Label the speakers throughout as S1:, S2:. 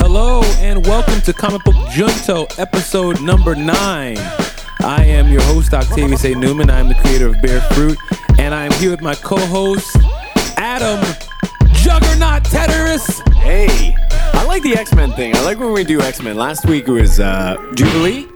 S1: Hello and welcome to Comic Book Junto, episode number nine. I am your host, Octavius A. Newman. I am the creator of Bear Fruit, and I am here with my co-host, Adam Juggernaut Teterus.
S2: Hey, I like the X Men thing. I like when we do X Men. Last week it was uh, Jubilee,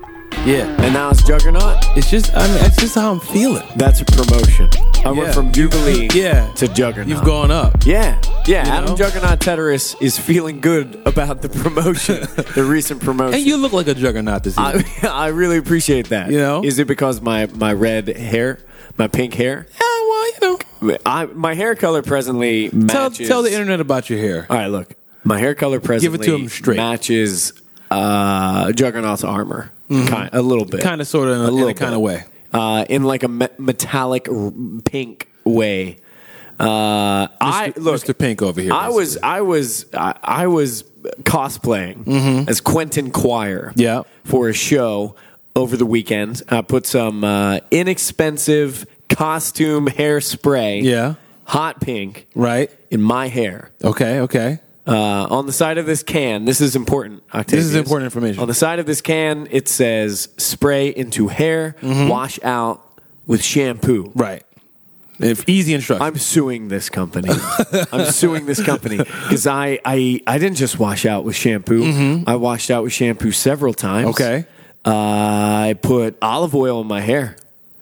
S1: Yeah,
S2: and now it's Juggernaut.
S1: it's just I mean, that's just how I'm feeling.
S2: That's a promotion.
S1: Yeah.
S2: I went from Jubilee
S1: Yeah.
S2: to Juggernaut.
S1: You've gone up.
S2: Yeah, yeah.
S1: You
S2: Adam
S1: know?
S2: Juggernaut Teteris is feeling good about the promotion, the recent promotion.
S1: And you look like a juggernaut this evening.
S2: I, I really appreciate that.
S1: You know?
S2: is it because my my red hair, my pink hair?
S1: yeah, well, you know,
S2: I, my hair color presently
S1: tell,
S2: matches.
S1: tell the internet about your hair.
S2: All right, look. My hair color
S1: Give
S2: presently
S1: it to him straight.
S2: matches uh, Juggernaut's armor,
S1: Mm-hmm.
S2: kind, a little bit,
S1: Kind of, sort of, in a
S2: little
S1: kind
S2: bit.
S1: of way.
S2: uh, in like a me- metallic r- pink way. Uh, I
S1: Mr.
S2: look.
S1: Mr. Pink over here.
S2: I was, I was, I, I was cosplaying as Quentin Quire.
S1: Mm-hmm. Yeah.
S2: for a show over the weekend. I put some uh, inexpensive costume hairspray.
S1: Yeah.
S2: hot pink
S1: right.
S2: in my hair.
S1: Okay. Okay.
S2: Uh, on the side of this can, this is important. Octavius.
S1: This is important information.
S2: On the side of this can, it says spray into hair, wash out with shampoo.
S1: Mm-hmm. Right. If easy instructions.
S2: I'm suing this company. I'm suing this company because I, I I didn't just wash out with shampoo. I washed out with shampoo several times.
S1: Mm-hmm. Okay.
S2: Uh, I put olive oil in my hair.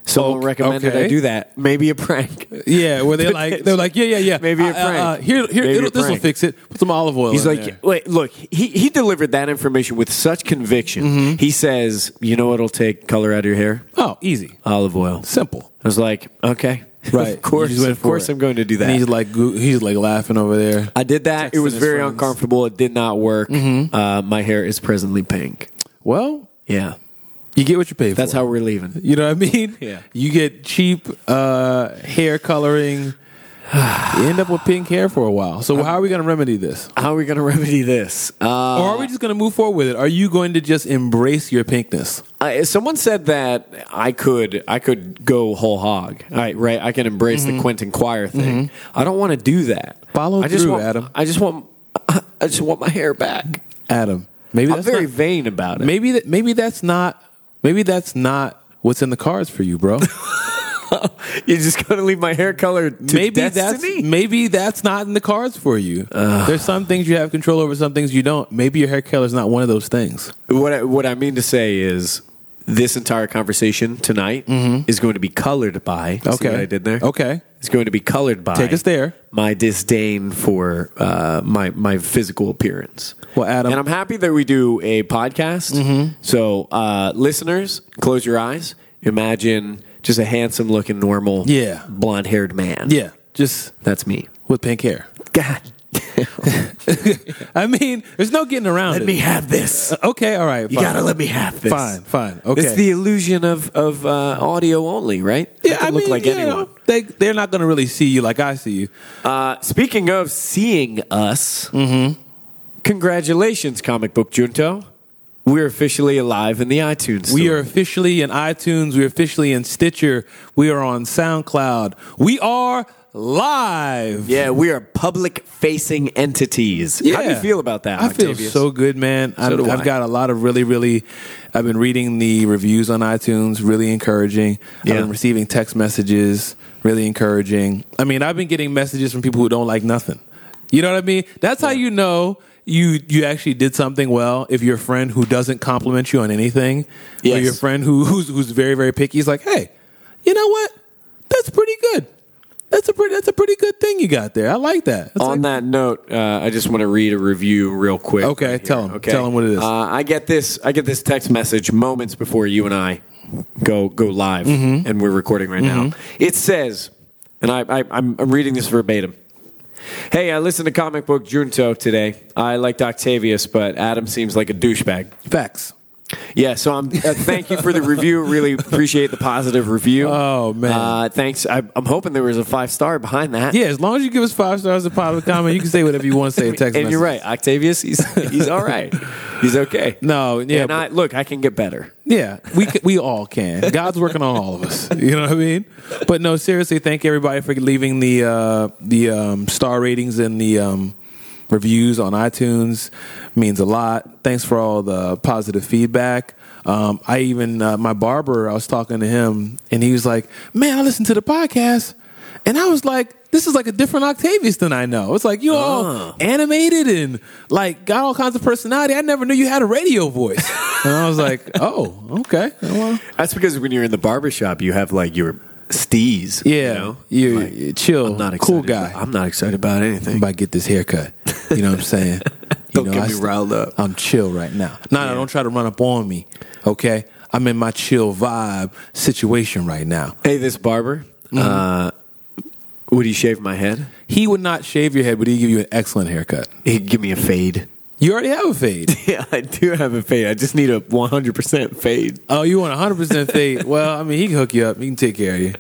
S2: Someone
S1: Okay-
S2: recommended I
S1: okay.
S2: do that. Maybe a prank.
S1: yeah, where they like they're like yeah yeah yeah
S2: Maybe a
S1: Uh, uh,
S2: prank.
S1: uh, here here
S2: Maybe a
S1: it'll, this will
S2: prank.
S1: fix it. Put some olive oil.
S2: He's
S1: in
S2: like,
S1: there.
S2: wait, look, he, he delivered that information with such conviction. He says, you know what'll take color out of your hair?
S1: oh easy,
S2: Olive oil.
S1: simple.
S2: I was like, okay.
S1: Right.
S2: of course.
S1: You just went
S2: Of
S1: for
S2: course
S1: it.
S2: I'm going to do that.
S1: And he's like goo- he's like laughing over there.
S2: I did that. It
S1: Texting
S2: was
S1: his
S2: very
S1: friends.
S2: uncomfortable. It did not work. Uh, my hair is presently pink.
S1: Well,
S2: Yeah.
S1: you get what you pay for.
S2: That's how we're leaving.
S1: you know what I mean.
S2: Yeah.
S1: You get cheap uh, hair coloring. you end up with pink hair for a while. So how are we going to remedy this?
S2: How are we going to remedy this? Uh,
S1: Or are we just going to move forward with it? Are you going to just embrace your pinkness?
S2: I, someone said that I could I could go whole hog. I, right. I can embrace the Quentin Quire thing. I don't want to do that.
S1: Mm-hmm. Follow
S2: I just
S1: through,
S2: want,
S1: Adam.
S2: I just want I just want my hair back.
S1: Adam, maybe
S2: I'm
S1: that's
S2: very
S1: not-
S2: vain about it.
S1: Maybe that maybe that's not maybe that's not what's in the cards for you, bro.
S2: You're just going to leave my hair color to
S1: maybe
S2: destiny?
S1: that's maybe that's not in the cards for you. There's some things you have control over, some things you don't. Maybe your hair color is not one of those things.
S2: What I, what I mean to say is this entire conversation tonight is going to be colored by. see
S1: Mm-hmm. Okay.
S2: what I did there.
S1: Okay.
S2: it's going to be colored by.
S1: Take us there.
S2: My disdain for uh, my my physical appearance.
S1: Well, Adam- Mm-hmm.
S2: and I'm happy that we do a podcast. So, uh, listeners, close your eyes. Imagine just a handsome looking, normal,
S1: Yeah.
S2: blonde haired man.
S1: Yeah, just
S2: that's me.
S1: with pink hair.
S2: God,
S1: I mean, there's no getting around
S2: let
S1: it.
S2: me have this.
S1: okay, all right. Fine.
S2: You gotta let me have this.
S1: Fine, fine. Okay.
S2: It's the illusion of of uh, audio only, right? I
S1: yeah,
S2: can
S1: I
S2: look
S1: mean,
S2: like
S1: you
S2: anyone.
S1: know, they they're not going to really see you like I see you.
S2: Uh, speaking of seeing us, congratulations, comic book junto. We're officially alive in the iTunes.
S1: We
S2: store.
S1: are officially in iTunes. We're officially in Stitcher. We are on SoundCloud. We are live.
S2: Yeah, we are public facing entities. How do you
S1: Yeah.
S2: feel about that?
S1: I feel
S2: Octavius?
S1: so good, man. I've,
S2: do
S1: I've
S2: I.
S1: got a lot of really, really. I've been reading the reviews on iTunes, really encouraging. I've
S2: Yeah.
S1: been receiving text messages, really encouraging. I mean, I've been getting messages from people who don't like nothing. You know what I mean? That's how you know you you actually did something well. If your friend who doesn't compliment you on anything, or
S2: Yes.
S1: your friend who who's who's very very picky is like, hey, you know what? That's pretty good. That's a pretty that's a pretty good thing you got there. I like that. That's
S2: On
S1: like-
S2: that note, uh, I just want to read a review real quick.
S1: Okay,
S2: right here,
S1: tell 'em. Tell 'em what it is.
S2: Uh, I get this. I get this text message moments before you and I go go live,
S1: Mm-hmm.
S2: and we're recording right now. It says, and I, I, I'm, I'm reading this verbatim. Hey, I listened to Comic Book Junto today. I liked Octavius, but Adam seems like a douchebag.
S1: facts.
S2: Yeah, so I'm. Uh, thank you for the review. Really appreciate the positive review.
S1: Oh, man.
S2: uh, thanks. I, I'm hoping there was a five star behind that.
S1: Yeah, as long as you give us five stars a positive comment, you can say whatever you want to say in text
S2: and you're
S1: message.
S2: right, Octavius. He's he's all right. He's okay.
S1: No, yeah,
S2: And I, look, I can get better.
S1: yeah, we c- we all can. God's working on all of us. You know what I mean? But no, seriously, thank everybody for leaving the uh, the um, star ratings and the um, reviews on iTunes means a lot. Thanks for all the positive feedback. Um, I even uh, my barber, I was talking to him, and he was like, "Man, I listened to the podcast, and I was like, this is like a different Octavius than I know. It's like you
S2: Ah.
S1: all animated and like got all kinds of personality. I never knew you had a radio voice." and I was like, "Oh, okay." Well,
S2: That's because when you're in the barbershop, you have like your stees.
S1: yeah,
S2: You know?
S1: you,
S2: Like,
S1: you chill,
S2: I'm not excited.
S1: cool guy.
S2: I'm not excited about anything.
S1: I'm about to get this haircut. You know what I'm saying?
S2: Don't
S1: you know,
S2: get
S1: I
S2: me
S1: st-
S2: riled up.
S1: I'm chill right now. No, no, don't try to run up on me. Okay, I'm in my chill vibe situation right now.
S2: Hey, this barber, uh, would he shave my head?
S1: He would not shave your head, but he'd give you an excellent haircut.
S2: He'd give me a fade.
S1: You already have a fade.
S2: Yeah, I do have a fade. I just need a 100% fade.
S1: oh, you want 100 percent fade? Well, I mean, he can hook you up. He can take care of you.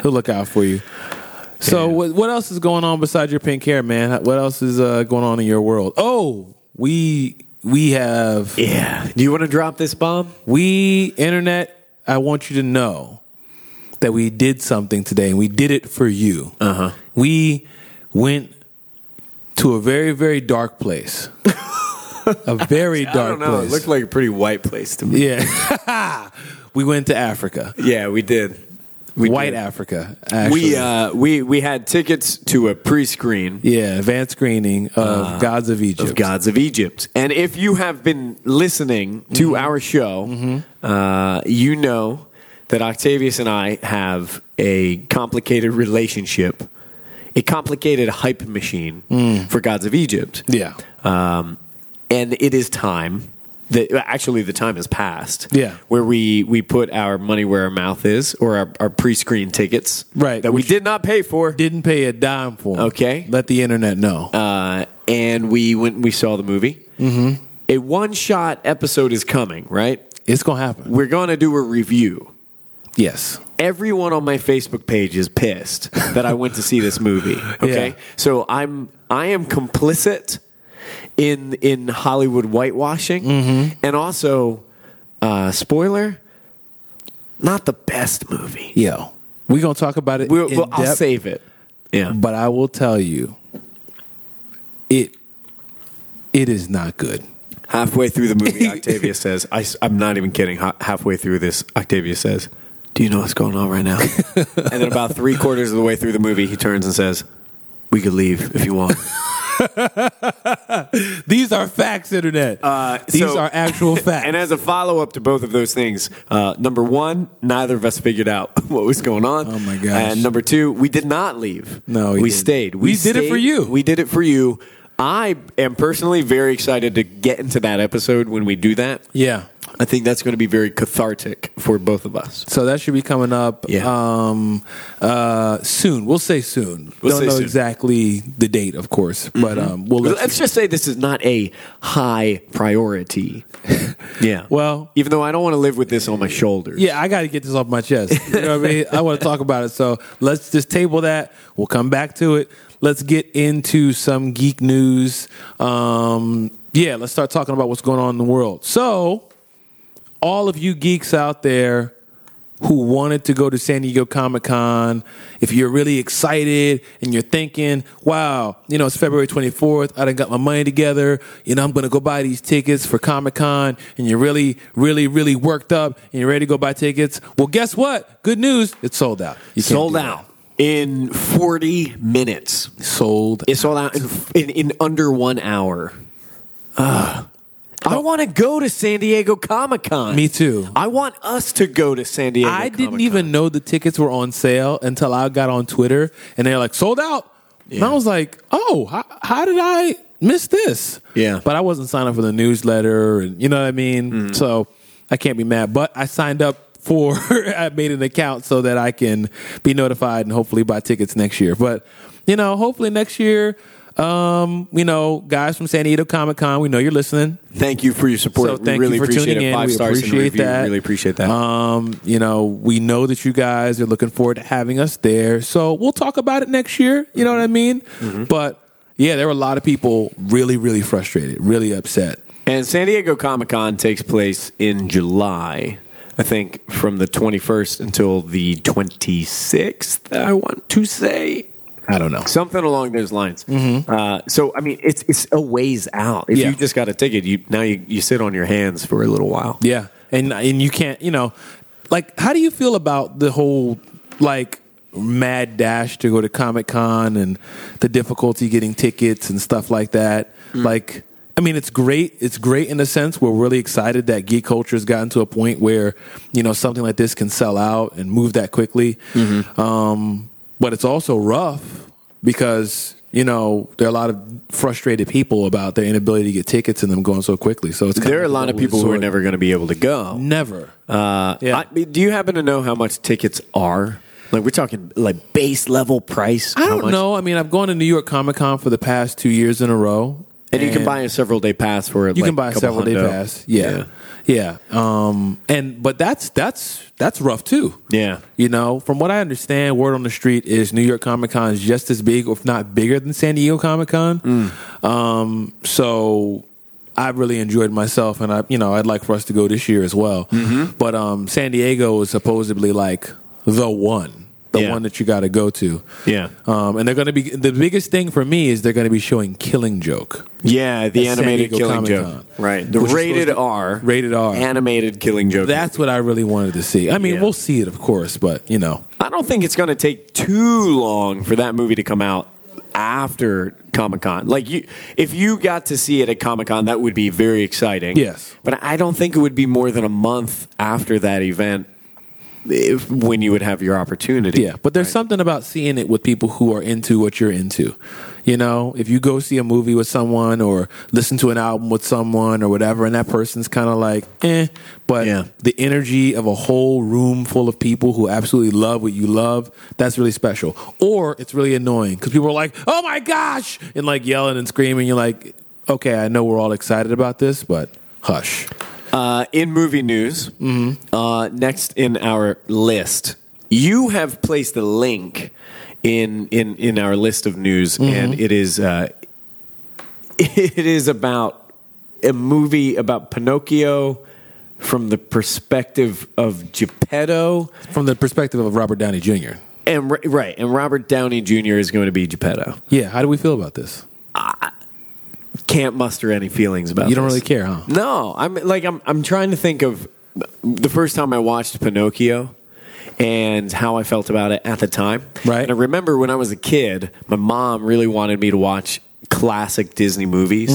S1: He'll look out for you. So,
S2: Yeah.
S1: what what else is going on besides your pink hair, man? What else is uh, going on in your world? Oh, we we have
S2: Yeah. Do you want to drop this bomb?
S1: We, internet, I want you to know that we did something today and we did it for you.
S2: Uh-huh.
S1: We went to a very, very dark place. a very dark
S2: I don't know.
S1: place.
S2: It looked like a pretty white place to me.
S1: yeah. we went to Africa.
S2: Yeah, we did. We
S1: White
S2: did.
S1: Africa, actually.
S2: We uh, we we had tickets to a pre-screen
S1: yeah, advanced screening of Gods of Egypt.
S2: Uh, of Gods of Egypt, and if you have been listening to
S1: Mm-hmm.
S2: our show, uh, you know that Octavius and I have a complicated relationship, a complicated hype machine
S1: Mm.
S2: for Gods of Egypt.
S1: Yeah.
S2: Um, and it is time that actually the time has passed.
S1: Yeah.
S2: Where we, we put our money where our mouth is or our, our pre screen tickets.
S1: Right,
S2: That we
S1: which-
S2: did not pay for.
S1: Didn't pay a dime for 'em.
S2: Okay.
S1: Let the internet know.
S2: Uh, and we went and we saw the movie. Mm-hmm. A one shot episode is coming, right?
S1: it's going to happen.
S2: We're going to do a review.
S1: Yes.
S2: Everyone on my Facebook page is pissed that I went to see this movie. Okay.
S1: Yeah.
S2: So I'm I am complicit in in Hollywood whitewashing and also uh, spoiler, not the best movie.
S1: Yo, we're going to talk about it.
S2: We'll,
S1: in
S2: we'll, I'll
S1: depth.
S2: save it. Yeah.
S1: but I will tell you, it it is not good.
S2: Halfway through the movie, Octavia says, I, am not even kidding. Ha- halfway through this, Octavia says, Do you know what's going on right now? and then about three quarters of the way through the movie, he turns and says, We could leave if you want.
S1: These are facts, internet.
S2: Uh,
S1: These
S2: so-
S1: are actual facts.
S2: And as a follow up to both of those things, uh, number one, neither of us figured out what was going on.
S1: Oh, my gosh.
S2: And number two, we did not leave.
S1: No,
S2: we,
S1: you didn't.
S2: stayed.
S1: We did it for
S2: stayed.
S1: you.
S2: We did it for you. I am personally very excited to get into that episode when we do that.
S1: yeah,
S2: I think that's going to be very cathartic for both of us.
S1: so that should be coming up
S2: Yeah.
S1: um, uh, soon. We'll say soon.
S2: We'll
S1: Don't
S2: say
S1: know
S2: soon. Mm-hmm.
S1: exactly the date, of course, but um, we'll let
S2: Let's just say this is not a high priority. yeah.
S1: Well-
S2: even though I don't want to live with this on my shoulders.
S1: Yeah, I got to get this off my chest. You know what I mean? I want to talk about it. So let's just table that. We'll come back to it. Let's get into some geek news. Um, yeah, let's start talking about what's going on in the world. So, all of you geeks out there who wanted to go to San Diego Comic Con, if you're really excited and you're thinking, wow, you know, it's February 24th, I done got my money together, you know, I'm gonna go buy these tickets for Comic Con, and you're really, really, really worked up and you're ready to go buy tickets, well, guess what? Good news, it's sold out. You can't
S2: sold
S1: do that.
S2: out in 40 minutes.
S1: Sold.
S2: It sold out in, in, in under one hour. Ugh. I want to go to San Diego Comic Con.
S1: Me too.
S2: I want us to go to San Diego.
S1: I didn't
S2: Comic-Con.
S1: even know the tickets were on sale until I got on Twitter and they're like sold out. And I was like, oh, how, how did I miss this?
S2: Yeah.
S1: But I wasn't signed up for the newsletter and you know what I mean? So I can't be mad. But I signed up for, I made an account so that I can be notified and hopefully buy tickets next year. But, you know, hopefully next year, um, you know, guys from San Diego Comic Con, we know you're listening.
S2: Thank you for your support.
S1: So thank
S2: we really
S1: you for
S2: appreciate
S1: tuning
S2: it.
S1: in.
S2: Five
S1: We
S2: stars in the
S1: appreciate
S2: review.
S1: that.
S2: Really appreciate that.
S1: Um, you know, we know that you guys are looking forward to having us there. So we'll talk about it next year. You know what I mean? But yeah, there were a lot of people really, really frustrated, really upset.
S2: And San Diego Comic Con takes place in July, I think, from the 21st until the 26th, I want to say.
S1: I don't know.
S2: something along those lines. Uh, so I mean, it's it's a ways out. If
S1: Mm-hmm. Yeah.
S2: you just got a ticket, you now you, you sit on your hands for a little while.
S1: Yeah, and and you can't, you know, like how do you feel about the whole like mad dash to go to Comic Con and the difficulty getting tickets and stuff like that?
S2: Mm.
S1: Like, I mean, it's great. It's great in a sense. We're really excited that geek culture has gotten to a point where you know something like this can sell out and move that quickly.
S2: Mm-hmm.
S1: Um, but it's also rough because. You know, there are a lot of frustrated people about their inability to get tickets and them going so quickly. So it's kind
S2: There are a lot of
S1: double-edged
S2: people who are
S1: sword.
S2: never going to be able to go.
S1: never
S2: Uh,
S1: Yeah.
S2: I- do you happen to know how much tickets are? Like we're talking like base level price.
S1: I
S2: how
S1: don't
S2: much?
S1: know. I mean, I've gone to New York Comic Con for the past two years in a row,
S2: And, you can buy a several day pass for it.
S1: you can buy a several day pass. Yeah, yeah. Um, and but that's that's that's rough too.
S2: Yeah.
S1: You know, from what I understand, word on the street is New York Comic Con is just as big, if not bigger, than San Diego Comic Con.
S2: Mm.
S1: Um, so I really enjoyed myself, and I, you know, I'd like for us to go this year as well.
S2: Mm-hmm.
S1: But um, San Diego is supposedly like the one, the
S2: Yeah.
S1: one that you got to go to.
S2: Yeah.
S1: Um, and they're going to be the biggest thing for me is they're going to be showing Killing Joke.
S2: Yeah, the
S1: At San
S2: animated
S1: Diego
S2: Killing
S1: Comic-Con.
S2: Joke. Right. The
S1: Which is
S2: rated
S1: supposed to-
S2: R.
S1: rated R.
S2: Animated Killing Joke.
S1: That's what I really wanted to see. I mean,
S2: Yeah.
S1: we'll see it, of course, but you know,
S2: I don't think it's going to take too long for that movie to come out after Comic Con. Like you, if you got to see it at Comic Con, that would be very exciting.
S1: Yes.
S2: but I don't think it would be more than a month after that event if, when you would have your opportunity.
S1: yeah. But there's something about seeing it with people who are into what you're into. You know, if you go see a movie with someone or listen to an album with someone or whatever, and that person's kind of like, eh, but
S2: Yeah.
S1: the energy of a whole room full of people who absolutely love what you love, that's really special. Or it's really annoying because people are like, oh my gosh, and like yelling and screaming. You're like, okay, I know we're all excited about this, but hush.
S2: Uh, in movie news, uh, next in our list, you have placed a link in in in our list of news,
S1: Mm-hmm.
S2: and it is uh, it is about a movie about Pinocchio from the perspective of Geppetto,
S1: From the perspective of Robert Downey Jr.
S2: and ri- right, and Robert Downey Jr. is going to be Geppetto.
S1: Yeah, how do we feel about this?
S2: Can't muster any feelings about.
S1: You don't
S2: this.
S1: really care, huh?
S2: No, I'm like I'm I'm trying to think of the first time I watched Pinocchio and how I felt about it at the time.
S1: Right.
S2: And I remember when I was a kid, my mom really wanted me to watch classic Disney movies.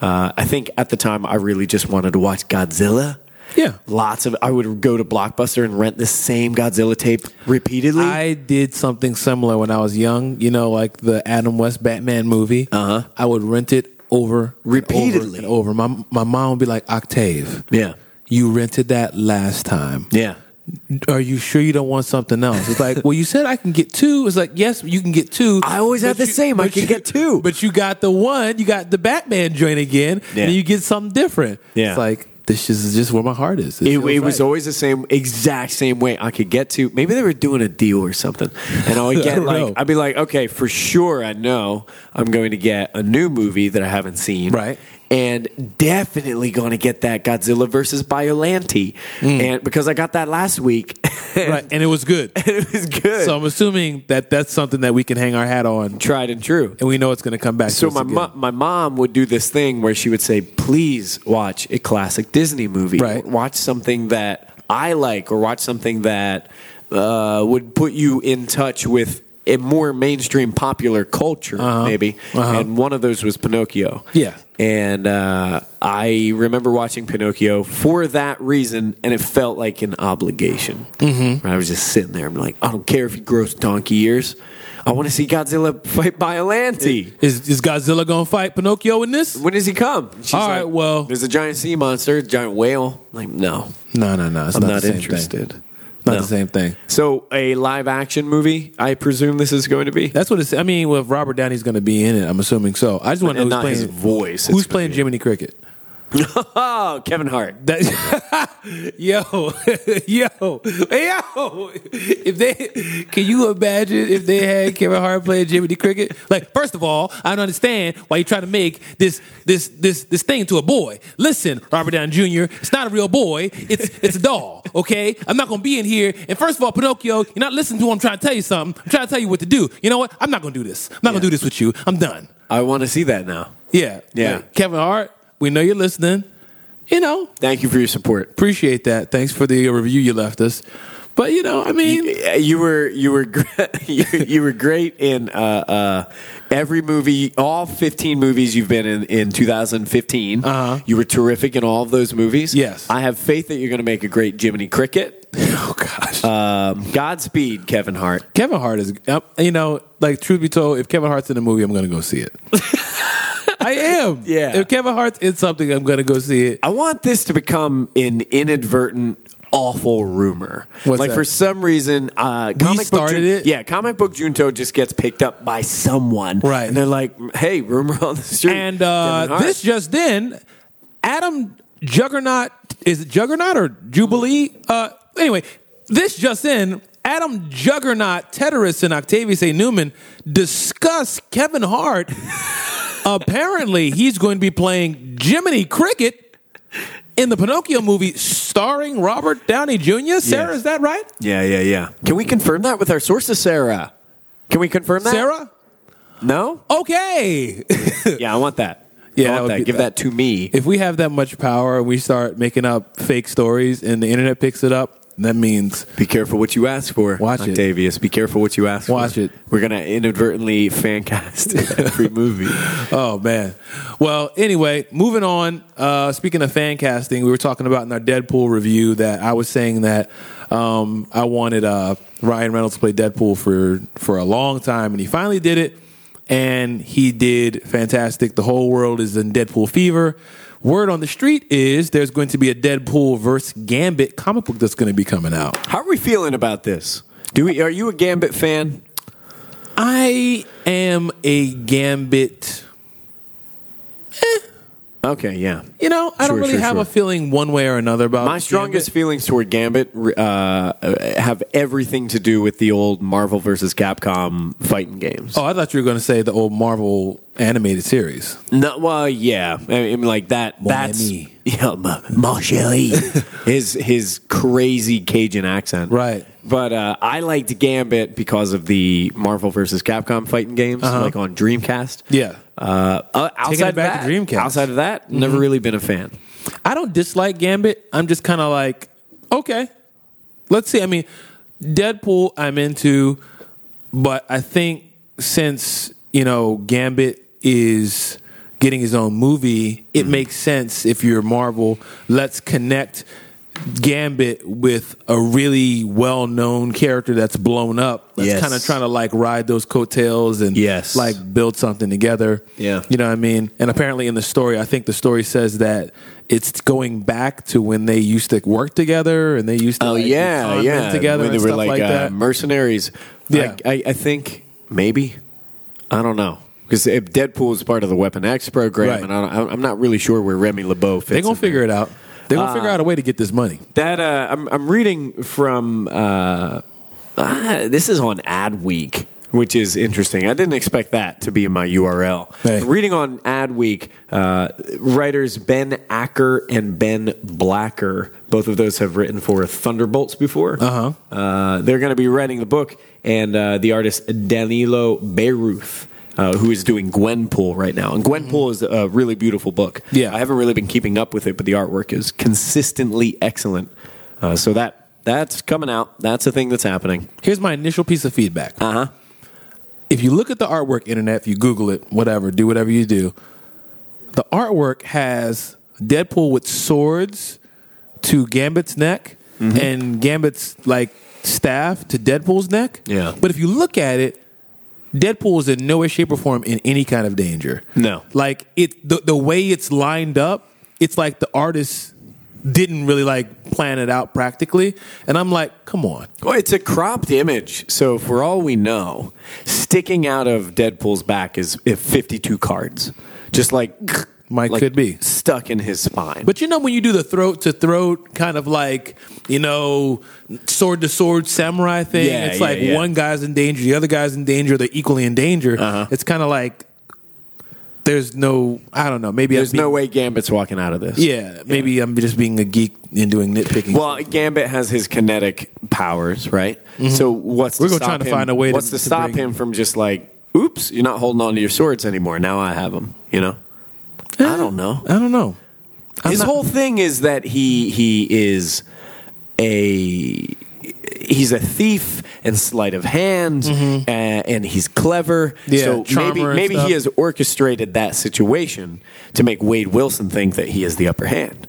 S2: Uh, I think at the time I really just wanted to watch Godzilla.
S1: Yeah.
S2: Lots of I would go to Blockbuster and rent the same Godzilla tape repeatedly.
S1: I did something similar when I was young, you know, like the Adam West Batman movie. Uh-huh. I would rent it over and over,
S2: Repeatedly.
S1: and over. My my mom would be like, "Octave,
S2: yeah.
S1: you rented that last time.
S2: Yeah.
S1: Are you sure you don't want something else?" It's like, "Well, you said I can get two. It's like, "Yes, you can get two.
S2: I always had
S1: but
S2: the
S1: you-
S2: same. I
S1: but
S2: could
S1: you-
S2: get two.
S1: But you got the one. You got the Batman joint again,
S2: Yeah.
S1: and you get something different.
S2: Yeah.
S1: It's like this is just where my heart is.
S2: It,
S1: feels
S2: it was
S1: right.
S2: always the same, exact same way. I could get to maybe they were doing a deal or something, and I would
S1: I
S2: get
S1: don't
S2: like
S1: know.
S2: I'd be like, okay, for sure, I know I'm going to get a new movie that I haven't seen,
S1: Right.
S2: And definitely going to get that Godzilla versus Biollante,
S1: Mm.
S2: and because I got that last week,
S1: right, and it was good.
S2: and it was good,
S1: So I'm assuming that that's something that we can hang our hat on,
S2: tried and true.
S1: and we know it's going to come back. to
S2: So
S1: us
S2: my
S1: again.
S2: mo- my mom would do this thing where she would say, "Please watch a classic Disney movie.
S1: Right.
S2: Watch something that I like, or watch something that uh, would put you in touch with." A more mainstream popular culture, maybe,
S1: Uh-huh.
S2: and one of those was Pinocchio.
S1: Yeah.
S2: and uh, I remember watching Pinocchio for that reason, and it felt like an obligation. Mm-hmm. I was just sitting there, I'm like, I don't care if he grows donkey ears, I want to see Godzilla fight Biollante.
S1: is is Godzilla going to fight Pinocchio in this?
S2: When does he come? She's
S1: All right, well-
S2: there's a giant sea monster, a giant whale. Like, no,
S1: No, no, no. It's
S2: I'm
S1: not,
S2: not,
S1: the same Thing.
S2: interested.
S1: Not
S2: No.
S1: the same thing.
S2: So, a live action movie? I presume this is going to be.
S1: That's what it's. I mean, well, if Robert Downey's going to be in it, I'm assuming so. I just want to
S2: And
S1: know
S2: not
S1: who's playing
S2: his voice.
S1: Who's
S2: It's gonna
S1: playing
S2: be-
S1: Jiminy Cricket?
S2: oh, Kevin Hart.
S1: That, yo, yo, yo! If they, can you imagine if they had Kevin Hart playing Jiminy Cricket? Like, first of all, I don't understand why you try to make this this this this thing to a boy. Listen, Robert Downey Jr., it's not a real boy. It's it's a doll. Okay, I'm not gonna be in here. And first of all, Pinocchio, you're not listening to him. I'm trying to tell you something. I'm trying to tell you what to do. You know what? I'm not gonna do this. I'm not gonna do this with you. I'm done.
S2: I want to see that now.
S1: Yeah,
S2: Yeah.
S1: Like, Kevin Hart, we know you're listening. You know,
S2: Thank you for your support.
S1: appreciate that. Thanks for the review you left us. But you know, I mean,
S2: Yeah, You were you were gr- you, you were great in uh, uh, every movie, all fifteen movies you've been in in 2015.
S1: Uh-huh.
S2: You were terrific in all of those movies.
S1: Yes.
S2: I have faith that you're going to make a great Jiminy Cricket.
S1: oh gosh,
S2: Um, Godspeed, Kevin Hart.
S1: Kevin Hart is. uh, You know, like truth be told, if Kevin Hart's in a movie, I'm gonna go see it. I am.
S2: Yeah.
S1: If Kevin Hart's in something, I'm gonna go see it.
S2: I want this to become an inadvertent awful rumor.
S1: What's
S2: like
S1: that?
S2: for some reason, uh,
S1: started
S2: book Jun-
S1: it?
S2: Yeah, comic book Junto just gets picked up by someone,
S1: Right.
S2: And they're like, "Hey, rumor on the street."
S1: And uh,
S2: Kevin Hart.
S1: this just then, Adam Juggernaut is it Juggernaut or Jubilee? Uh, anyway, this just in, Adam Juggernaut, Teteris, and Octavius A. Newman discuss Kevin Hart. Apparently, he's going to be playing Jiminy Cricket in the Pinocchio movie starring Robert Downey Jr. Sarah,
S2: Yes.
S1: is that right?
S2: yeah, yeah, yeah. Can we confirm that with our sources, Sarah? Can we confirm that?
S1: Sarah?
S2: No.
S1: Okay.
S2: Yeah, I want that.
S1: Yeah, that
S2: I want
S1: would
S2: that.
S1: be-
S2: Give that to me.
S1: if we have that much power and we start making up fake stories and the internet picks it up, that means
S2: Be careful what you ask for.
S1: Watch it.
S2: Octavius. Be careful what you ask
S1: Watch
S2: for.
S1: it.
S2: We're going to inadvertently fan cast every movie.
S1: oh man. Well, anyway, moving on. Uh, speaking of fan casting, we were talking about in our Deadpool review that I was saying that um, I wanted uh, Ryan Reynolds to play Deadpool for for a long time, and he finally did it, and he did fantastic. The whole world is in Deadpool fever. Word on the street is there's going to be a Deadpool versus Gambit comic book that's going to be coming out.
S2: How are we feeling about this? Do we? Are you a Gambit fan?
S1: I am a Gambit.
S2: Okay, yeah.
S1: You know, I don't
S2: Sure,
S1: really
S2: sure,
S1: have
S2: sure.
S1: a feeling one way or another about
S2: My strongest
S1: Gambit.
S2: feelings toward Gambit uh, have everything to do with the old Marvel versus Capcom fighting games.
S1: Oh, I thought you were going to say the old Marvel animated series.
S2: No, well, yeah, I mean like that.
S1: Mon
S2: that's
S1: ami.
S2: yeah, ma, mon chéri. his his crazy Cajun accent,
S1: Right.
S2: But uh, I liked Gambit because of the Marvel versus Capcom fighting games, like on Dreamcast.
S1: Yeah.
S2: Uh, o- outside of
S1: back
S2: that,
S1: to Dreamcast.
S2: outside of that, never really been a fan.
S1: I don't dislike Gambit. I'm just kind of like, okay, let's see. I mean, Deadpool, I'm into, but I think since you know Gambit is getting his own movie, it
S2: Mm-hmm.
S1: makes sense if you're Marvel. Let's connect Gambit with a really well-known character that's blown up. That's
S2: Yes.
S1: kind of trying to like ride those coattails and
S2: Yes.
S1: like build something together.
S2: Yeah.
S1: You know what I mean? And apparently in the story, I think the story says that it's going back to when they used to work together and they used to
S2: Oh
S1: like, be
S2: yeah,
S1: con men
S2: yeah.
S1: together
S2: when
S1: and
S2: they were
S1: stuff
S2: like,
S1: like,
S2: uh,
S1: that.
S2: mercenaries.
S1: Yeah.
S2: I, I, I think maybe I don't know because Deadpool is part of the Weapon X program,
S1: Right.
S2: and I don't, I'm not really sure where Remy LeBeau fits.
S1: They're going
S2: in
S1: to figure it out. They're going to
S2: Uh,
S1: figure out a way to get this money.
S2: that. Uh, I'm I'm reading from uh, uh, this is on Adweek. Which is interesting. I didn't expect that to be in my URL.
S1: Hey.
S2: Reading on Adweek, uh, writers Ben Acker and Ben Blacker, both of those have written for Thunderbolts before.
S1: Uh-huh.
S2: Uh, they're going to be writing the book, and uh, the artist Danilo Beruth, uh, who is doing Gwenpool right now. And Gwenpool is a really beautiful book.
S1: Yeah.
S2: I haven't really been keeping up with it, but the artwork is consistently excellent. Uh, so that that's coming out. That's a thing that's happening.
S1: Here's my initial piece of feedback.
S2: Uh huh.
S1: If you look at the artwork, internet, if you Google it, whatever, do whatever you do, the artwork has Deadpool with swords to Gambit's neck
S2: Mm-hmm.
S1: and Gambit's like staff to Deadpool's neck.
S2: Yeah.
S1: But if you look at it, Deadpool is in no way, shape, or form in any kind of danger.
S2: No.
S1: Like it the, the way it's lined up, it's like the artist didn't really like plan it out practically. And I'm like, come on.
S2: Well, it's a cropped image, so for all we know, sticking out of Deadpool's back is if 52 cards, just like
S1: Might
S2: like
S1: could be.
S2: stuck in his spine.
S1: But you know when you do the throat to throat kind of like you know sword to sword samurai thing,
S2: Yeah,
S1: it's
S2: yeah,
S1: like
S2: yeah.
S1: one guy's in danger, the other guy's in danger, they're equally in danger.
S2: Uh-huh.
S1: It's kind of like there's no, I don't know, maybe
S2: There's
S1: I'm
S2: no
S1: being-
S2: way Gambit's walking out of this.
S1: yeah, maybe I'm just being a geek and doing nitpicking.
S2: Well, Gambit has his kinetic powers, right? So what's
S1: Mm-hmm. We're gonna
S2: to stop
S1: try to
S2: him-
S1: find a way to-
S2: What's
S1: to
S2: to, stop
S1: bring-
S2: him from just like, oops, you're not holding on to your swords anymore. Now I have them. You know, I don't know.
S1: I don't know. Eh, I'm
S2: His
S1: not-
S2: whole thing is that he he is a he's a thief and sleight of hand, a- and, he's clever.
S1: Mm-hmm. Yeah,
S2: so
S1: charmer
S2: maybe
S1: and
S2: maybe
S1: stuff.
S2: he has orchestrated that situation to make Wade Wilson think that he has the upper hand.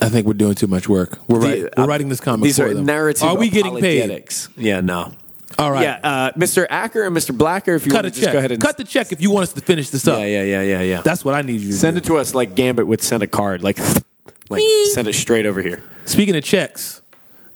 S1: I think we're doing too much work. We're,
S2: The-
S1: write- we're
S2: uh,
S1: writing this comic.
S2: These
S1: for
S2: are
S1: them.
S2: narrative.
S1: Are we getting paid?
S2: apologetics. Yeah, no.
S1: All right.
S2: Yeah, uh, Mr. Acker and Mr. Blacker. If you
S1: Cut
S2: want
S1: a
S2: to just
S1: check.
S2: go ahead and
S1: Cut the check if you want us to finish this up.
S2: Yeah, yeah, yeah, yeah, yeah.
S1: That's what I need you to
S2: Send
S1: do.
S2: it to us like Gambit would send a card. Like, like
S1: Beep.
S2: send it straight over here.
S1: Speaking of checks,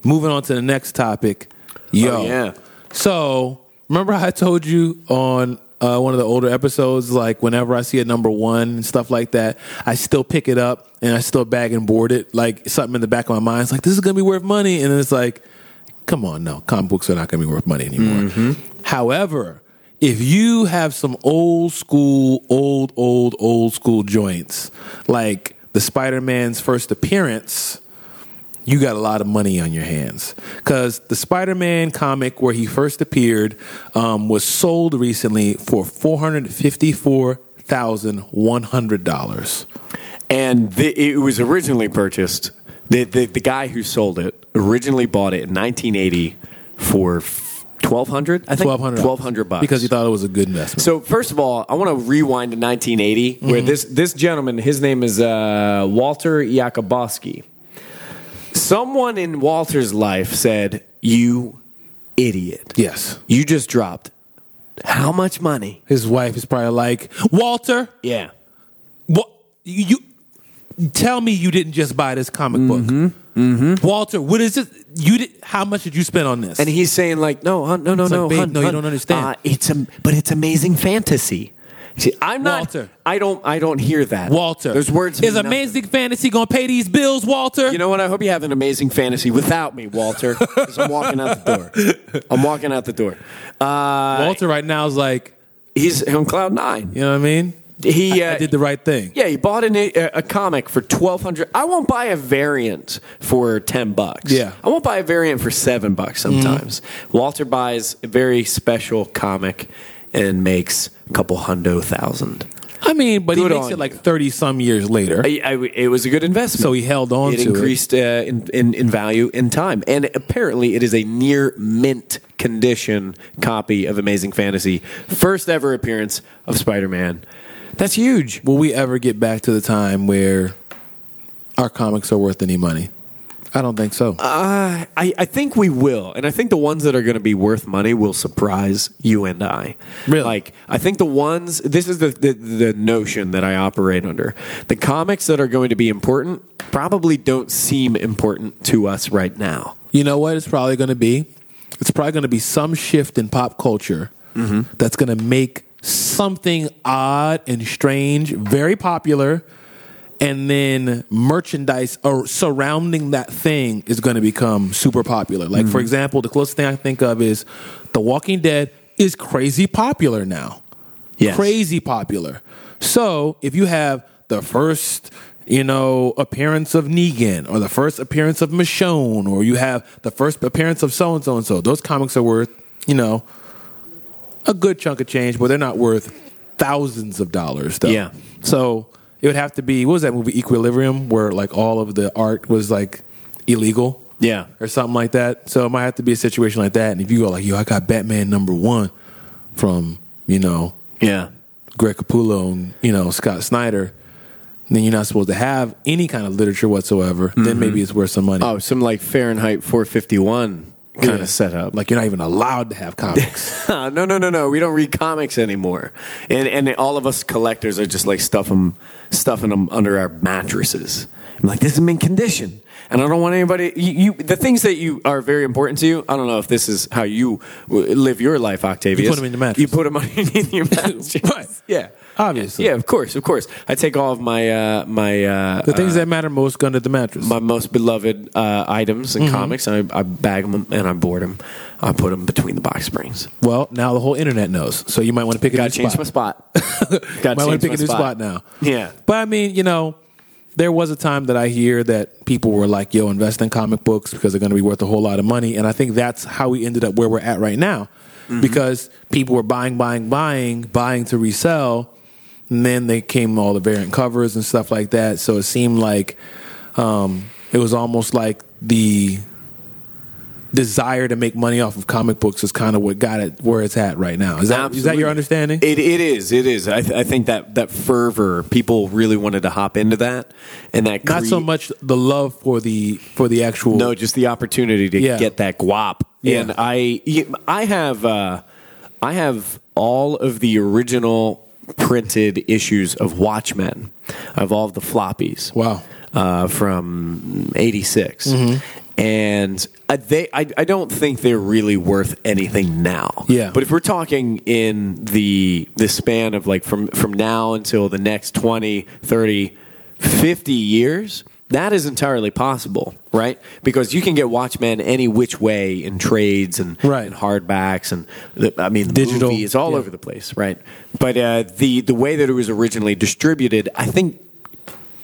S1: moving on to the next topic. Yo.
S2: Oh, yeah.
S1: So, remember how I told you on uh, one of the older episodes, like whenever I see a number one and stuff like that, I still pick it up and I still bag and board it. Like something in the back of my mind is like, this is going to be worth money. And then it's like, come on, no, comic books are not going to be worth money anymore.
S2: Mm-hmm.
S1: However, if you have some old school, old, old, old school joints, like the Spider Man's first appearance, you got a lot of money on your hands because the spider-man comic where he first appeared um, was sold recently for $454100
S2: And the, it was originally purchased. The, the the guy who sold it originally bought it in 1980 for twelve hundred. I think
S1: $1200
S2: twelve hundred bucks
S1: because he thought it was a good investment
S2: So first of all, I want to rewind to 1980,
S1: Mhm.
S2: where this this gentleman, his name is uh, Walter Yakubowski. Someone in Walter's life said, "You idiot!
S1: yes
S2: You just dropped how much money?"
S1: his wife is probably like walter
S2: Yeah,
S1: what you you- tell me you didn't just buy this comic book
S2: Mm-hmm.
S1: walter what is it you did how much did you spend on this
S2: and he's saying like, "No, hun, no, no,
S1: It's like,
S2: no,
S1: babe,
S2: hun,
S1: no, you
S2: hun,
S1: don't understand.
S2: Uh, it's a but it's amazing fantasy." See, I'm not.
S1: Walter.
S2: I don't. I don't hear that.
S1: walter
S2: those words
S1: is
S2: mean nothing.
S1: amazing fantasy gonna pay these bills walter
S2: You know what? I hope you have an amazing fantasy without me, Walter. 'cause I'm walking out the door. I'm walking out the door.
S1: walter right now is like
S2: He's on cloud nine.
S1: you know what i mean
S2: He
S1: I,
S2: uh,
S1: I did the right thing.
S2: yeah. He bought an, a, a comic for twelve hundred. I won't buy a variant for ten bucks.
S1: Yeah. Mm-hmm.
S2: I won't buy a variant for seven bucks. Sometimes Walter buys a very special comic and makes a couple hundo thousand.
S1: I mean, but
S2: Good
S1: he makes
S2: on
S1: it like
S2: you.
S1: thirty some years later,
S2: I, I, it was a good investment.
S1: so he held on
S2: it
S1: to
S2: increased Uh, in, in, in value in time. And apparently, it is a near mint condition copy of Amazing Fantasy. First ever appearance of Spider Man. That's huge.
S1: it. Will we ever get back to the time where our comics are worth any money? I don't think so.
S2: Uh, I, I think we will. And I think the ones that are going to be worth money will surprise you and I.
S1: Really?
S2: Like, I think the ones, this is the, the, the notion that I operate under. The comics that are going to be important probably don't seem important to us right now.
S1: you know what? It's probably going to be. It's probably going to be some shift in pop culture that's going to make something odd and strange very popular, and then merchandise or surrounding that thing is going to become super popular. Like for example, the closest thing I think of is The Walking Dead is crazy popular now
S2: Yes.
S1: crazy popular. So if you have the first, you know, appearance of Negan or the first appearance of Michonne or you have the first appearance of so and so and so, those comics are worth, you know, a good chunk of change, but they're not worth thousands of dollars though.
S2: Yeah.
S1: So it would have to be what was that movie Equilibrium where like all of the art was like illegal
S2: Yeah.
S1: or something like that. So it might have to be a situation like that. And if you go like, yo, I got Batman number one from, you know,
S2: Yeah.
S1: Greg Capullo and you know Scott Snyder, then you're not supposed to have any kind of literature whatsoever. Then maybe it's worth some money.
S2: Oh, some like Fahrenheit 451 kind
S1: Yeah.
S2: of setup.
S1: Like you're not even allowed to have comics.
S2: no, no, no, no. We don't read comics anymore, and and all of us collectors are just like stuffing them, stuffing them under our mattresses. I'm like, this is mint condition, and I don't want anybody. You, you the things that you are very important to you. I don't know if this is how you w- live your life, Octavius.
S1: them in the mattress.
S2: You put them underneath your mattress.
S1: Right.
S2: Yeah.
S1: Obviously.
S2: Yeah, of course, of course. I take all of my uh, my uh,
S1: The things that matter most gone to the mattress.
S2: my most beloved uh, items
S1: Mm-hmm.
S2: and comics. I, I bag them and I board them. I put them between the box springs.
S1: well, now the whole internet knows. So you might want to pick a
S2: Got
S1: new
S2: to change
S1: spot.
S2: my spot. Got
S1: might want to pick a new spot now.
S2: Yeah.
S1: But I mean, you know, there was a time that I hear that people were like, yo, invest in comic books because they're going to be worth a whole lot of money. And I think that's how we ended up where we're at right now
S2: Mm-hmm.
S1: because people were buying, buying, buying, buying to resell. And then they came all the variant covers and stuff like that. So it seemed like um, it was almost like the desire to make money off of comic books is kind of what got it where it's at right now. Is that, is that
S2: Absolutely.
S1: your understanding?
S2: It, it is. It is. I, th- I think that that fervor, people really wanted to hop into that, and that
S1: not so
S2: cre-
S1: much the love for the for the actual
S2: No, just the opportunity to
S1: Yeah.
S2: get that guap.
S1: Yeah.
S2: And I, I have, uh, I have all of the original printed issues of Watchmen. I have all of the floppies.
S1: Wow.
S2: uh, from '86.
S1: Mm-hmm.
S2: And uh, they, I, I don't think they're really worth anything now.
S1: Yeah.
S2: But if we're talking in the the span of like from from now until the next 20, 30, 50 years, that is entirely possible, right? Because you can get Watchmen any which way in trades and,
S1: Right.
S2: and hardbacks and the, I mean the
S1: Digital.
S2: movie is all
S1: Yeah.
S2: over the place, right? But uh, the the way that it was originally distributed, I think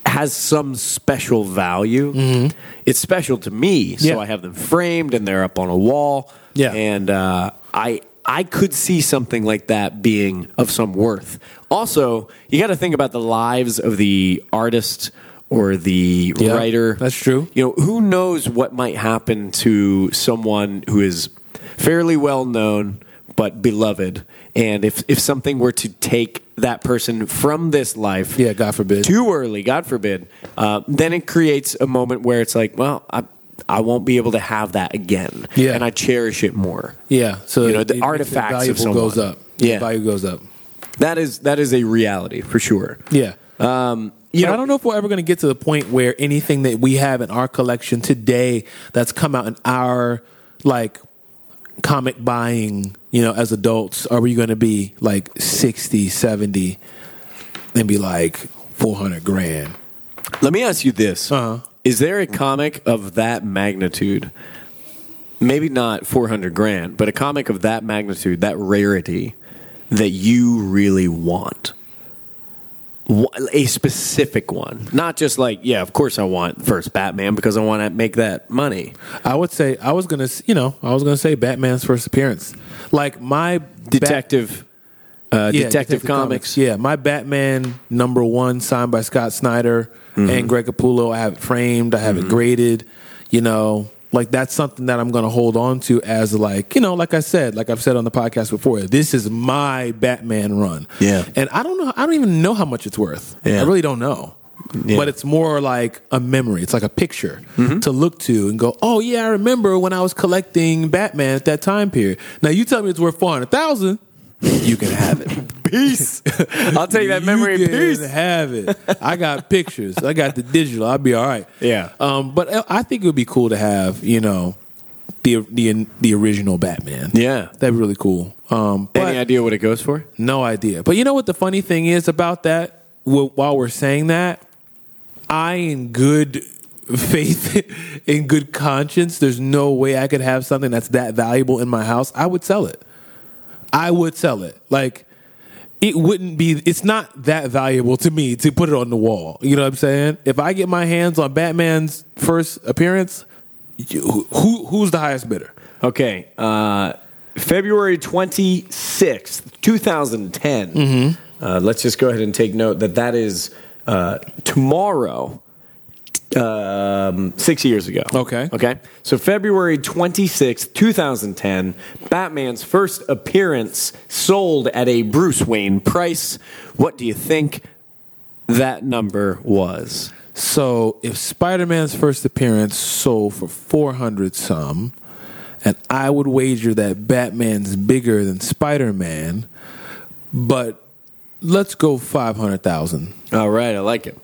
S2: has some special value. It's special to me, so
S1: Mm-hmm. Yeah.
S2: I have them framed and they're up on a wall.
S1: Yeah.
S2: and uh, I I could see something like that being of some worth. Also, you got to think about the lives of the artist or the
S1: Yeah,
S2: writer.
S1: that's true.
S2: You know, who knows what might happen to someone who is fairly well known but beloved, and if if something were to take that person from this life,
S1: yeah god forbid
S2: too early, God forbid, uh, then it creates a moment where it's like, well, I, I won't be able to have that again.
S1: Yeah.
S2: And I cherish it more.
S1: yeah so
S2: You know, the
S1: it- it-
S2: artifacts
S1: the
S2: of
S1: valuable goes
S2: someone.
S1: up The
S2: Yeah.
S1: value goes up
S2: That is that is a reality for sure.
S1: yeah
S2: You
S1: But I don't know if we're ever going to get to the point where anything that we have in our collection today that's come out in our like comic buying, you know, as adults, are we going to be like 60, 70 and be like 400 grand?
S2: Let me ask you this:
S1: Uh-huh.
S2: Is there a comic of that magnitude? Maybe not four hundred grand, but a comic of that magnitude, that rarity, that you really want. Wha- A specific one, not just like, yeah, of course I want first Batman because I want to make that money.
S1: I would say I was gonna, s- you know, I was gonna say Batman's first appearance, like my Bat-
S2: Detective, uh,
S1: yeah,
S2: Detective, Comics.
S1: yeah, my Batman number one signed by Scott Snyder
S2: Mm-hmm.
S1: and Greg Capullo. I have it framed, I have it graded, you know, like that's something that I'm gonna hold on to as like, you know, like I said, like I've said on the podcast before, this is my Batman run,
S2: Yeah.
S1: and I don't know, I don't even know how much it's worth,
S2: Yeah.
S1: I really don't know.
S2: Yeah. Mm-hmm.
S1: But it's more like a memory. It's like a picture to look to and go, oh, yeah, I remember when I was collecting Batman at that time period. Now, you tell me it's worth 400000 you can have it.
S2: Peace. I'll take that
S1: You
S2: memory in
S1: can
S2: peace.
S1: Have it. I got pictures. I got the digital. I'll be all right.
S2: Yeah.
S1: Um, but I- I think it would be cool to have you know the the the original Batman.
S2: Yeah.
S1: that'd be really cool. Um, but
S2: Any idea what it goes for?
S1: no idea. But you know what the funny thing is about that? Wh- While we're saying that, I, in good faith, in good conscience, there's no way I could have something that's that valuable in my house. I would sell it. I would sell it. Like, it wouldn't be, it's not that valuable to me to put it on the wall. You know what I'm saying? If I get my hands on Batman's first appearance, you- who, who's the highest bidder?
S2: Okay. Uh, February 26th, 2010. Uh, let's just go ahead and take note that that is uh, tomorrow, um, six years ago.
S1: Okay.
S2: Okay. So, February 26th, 2010, Batman's first appearance sold at a Bruce Wayne price. What do you think that number was?
S1: So if Spider Man's first appearance sold for four hundred some, and I would wager that Batman's bigger than Spider Man, but let's go five hundred thousand.
S2: All right, I like it.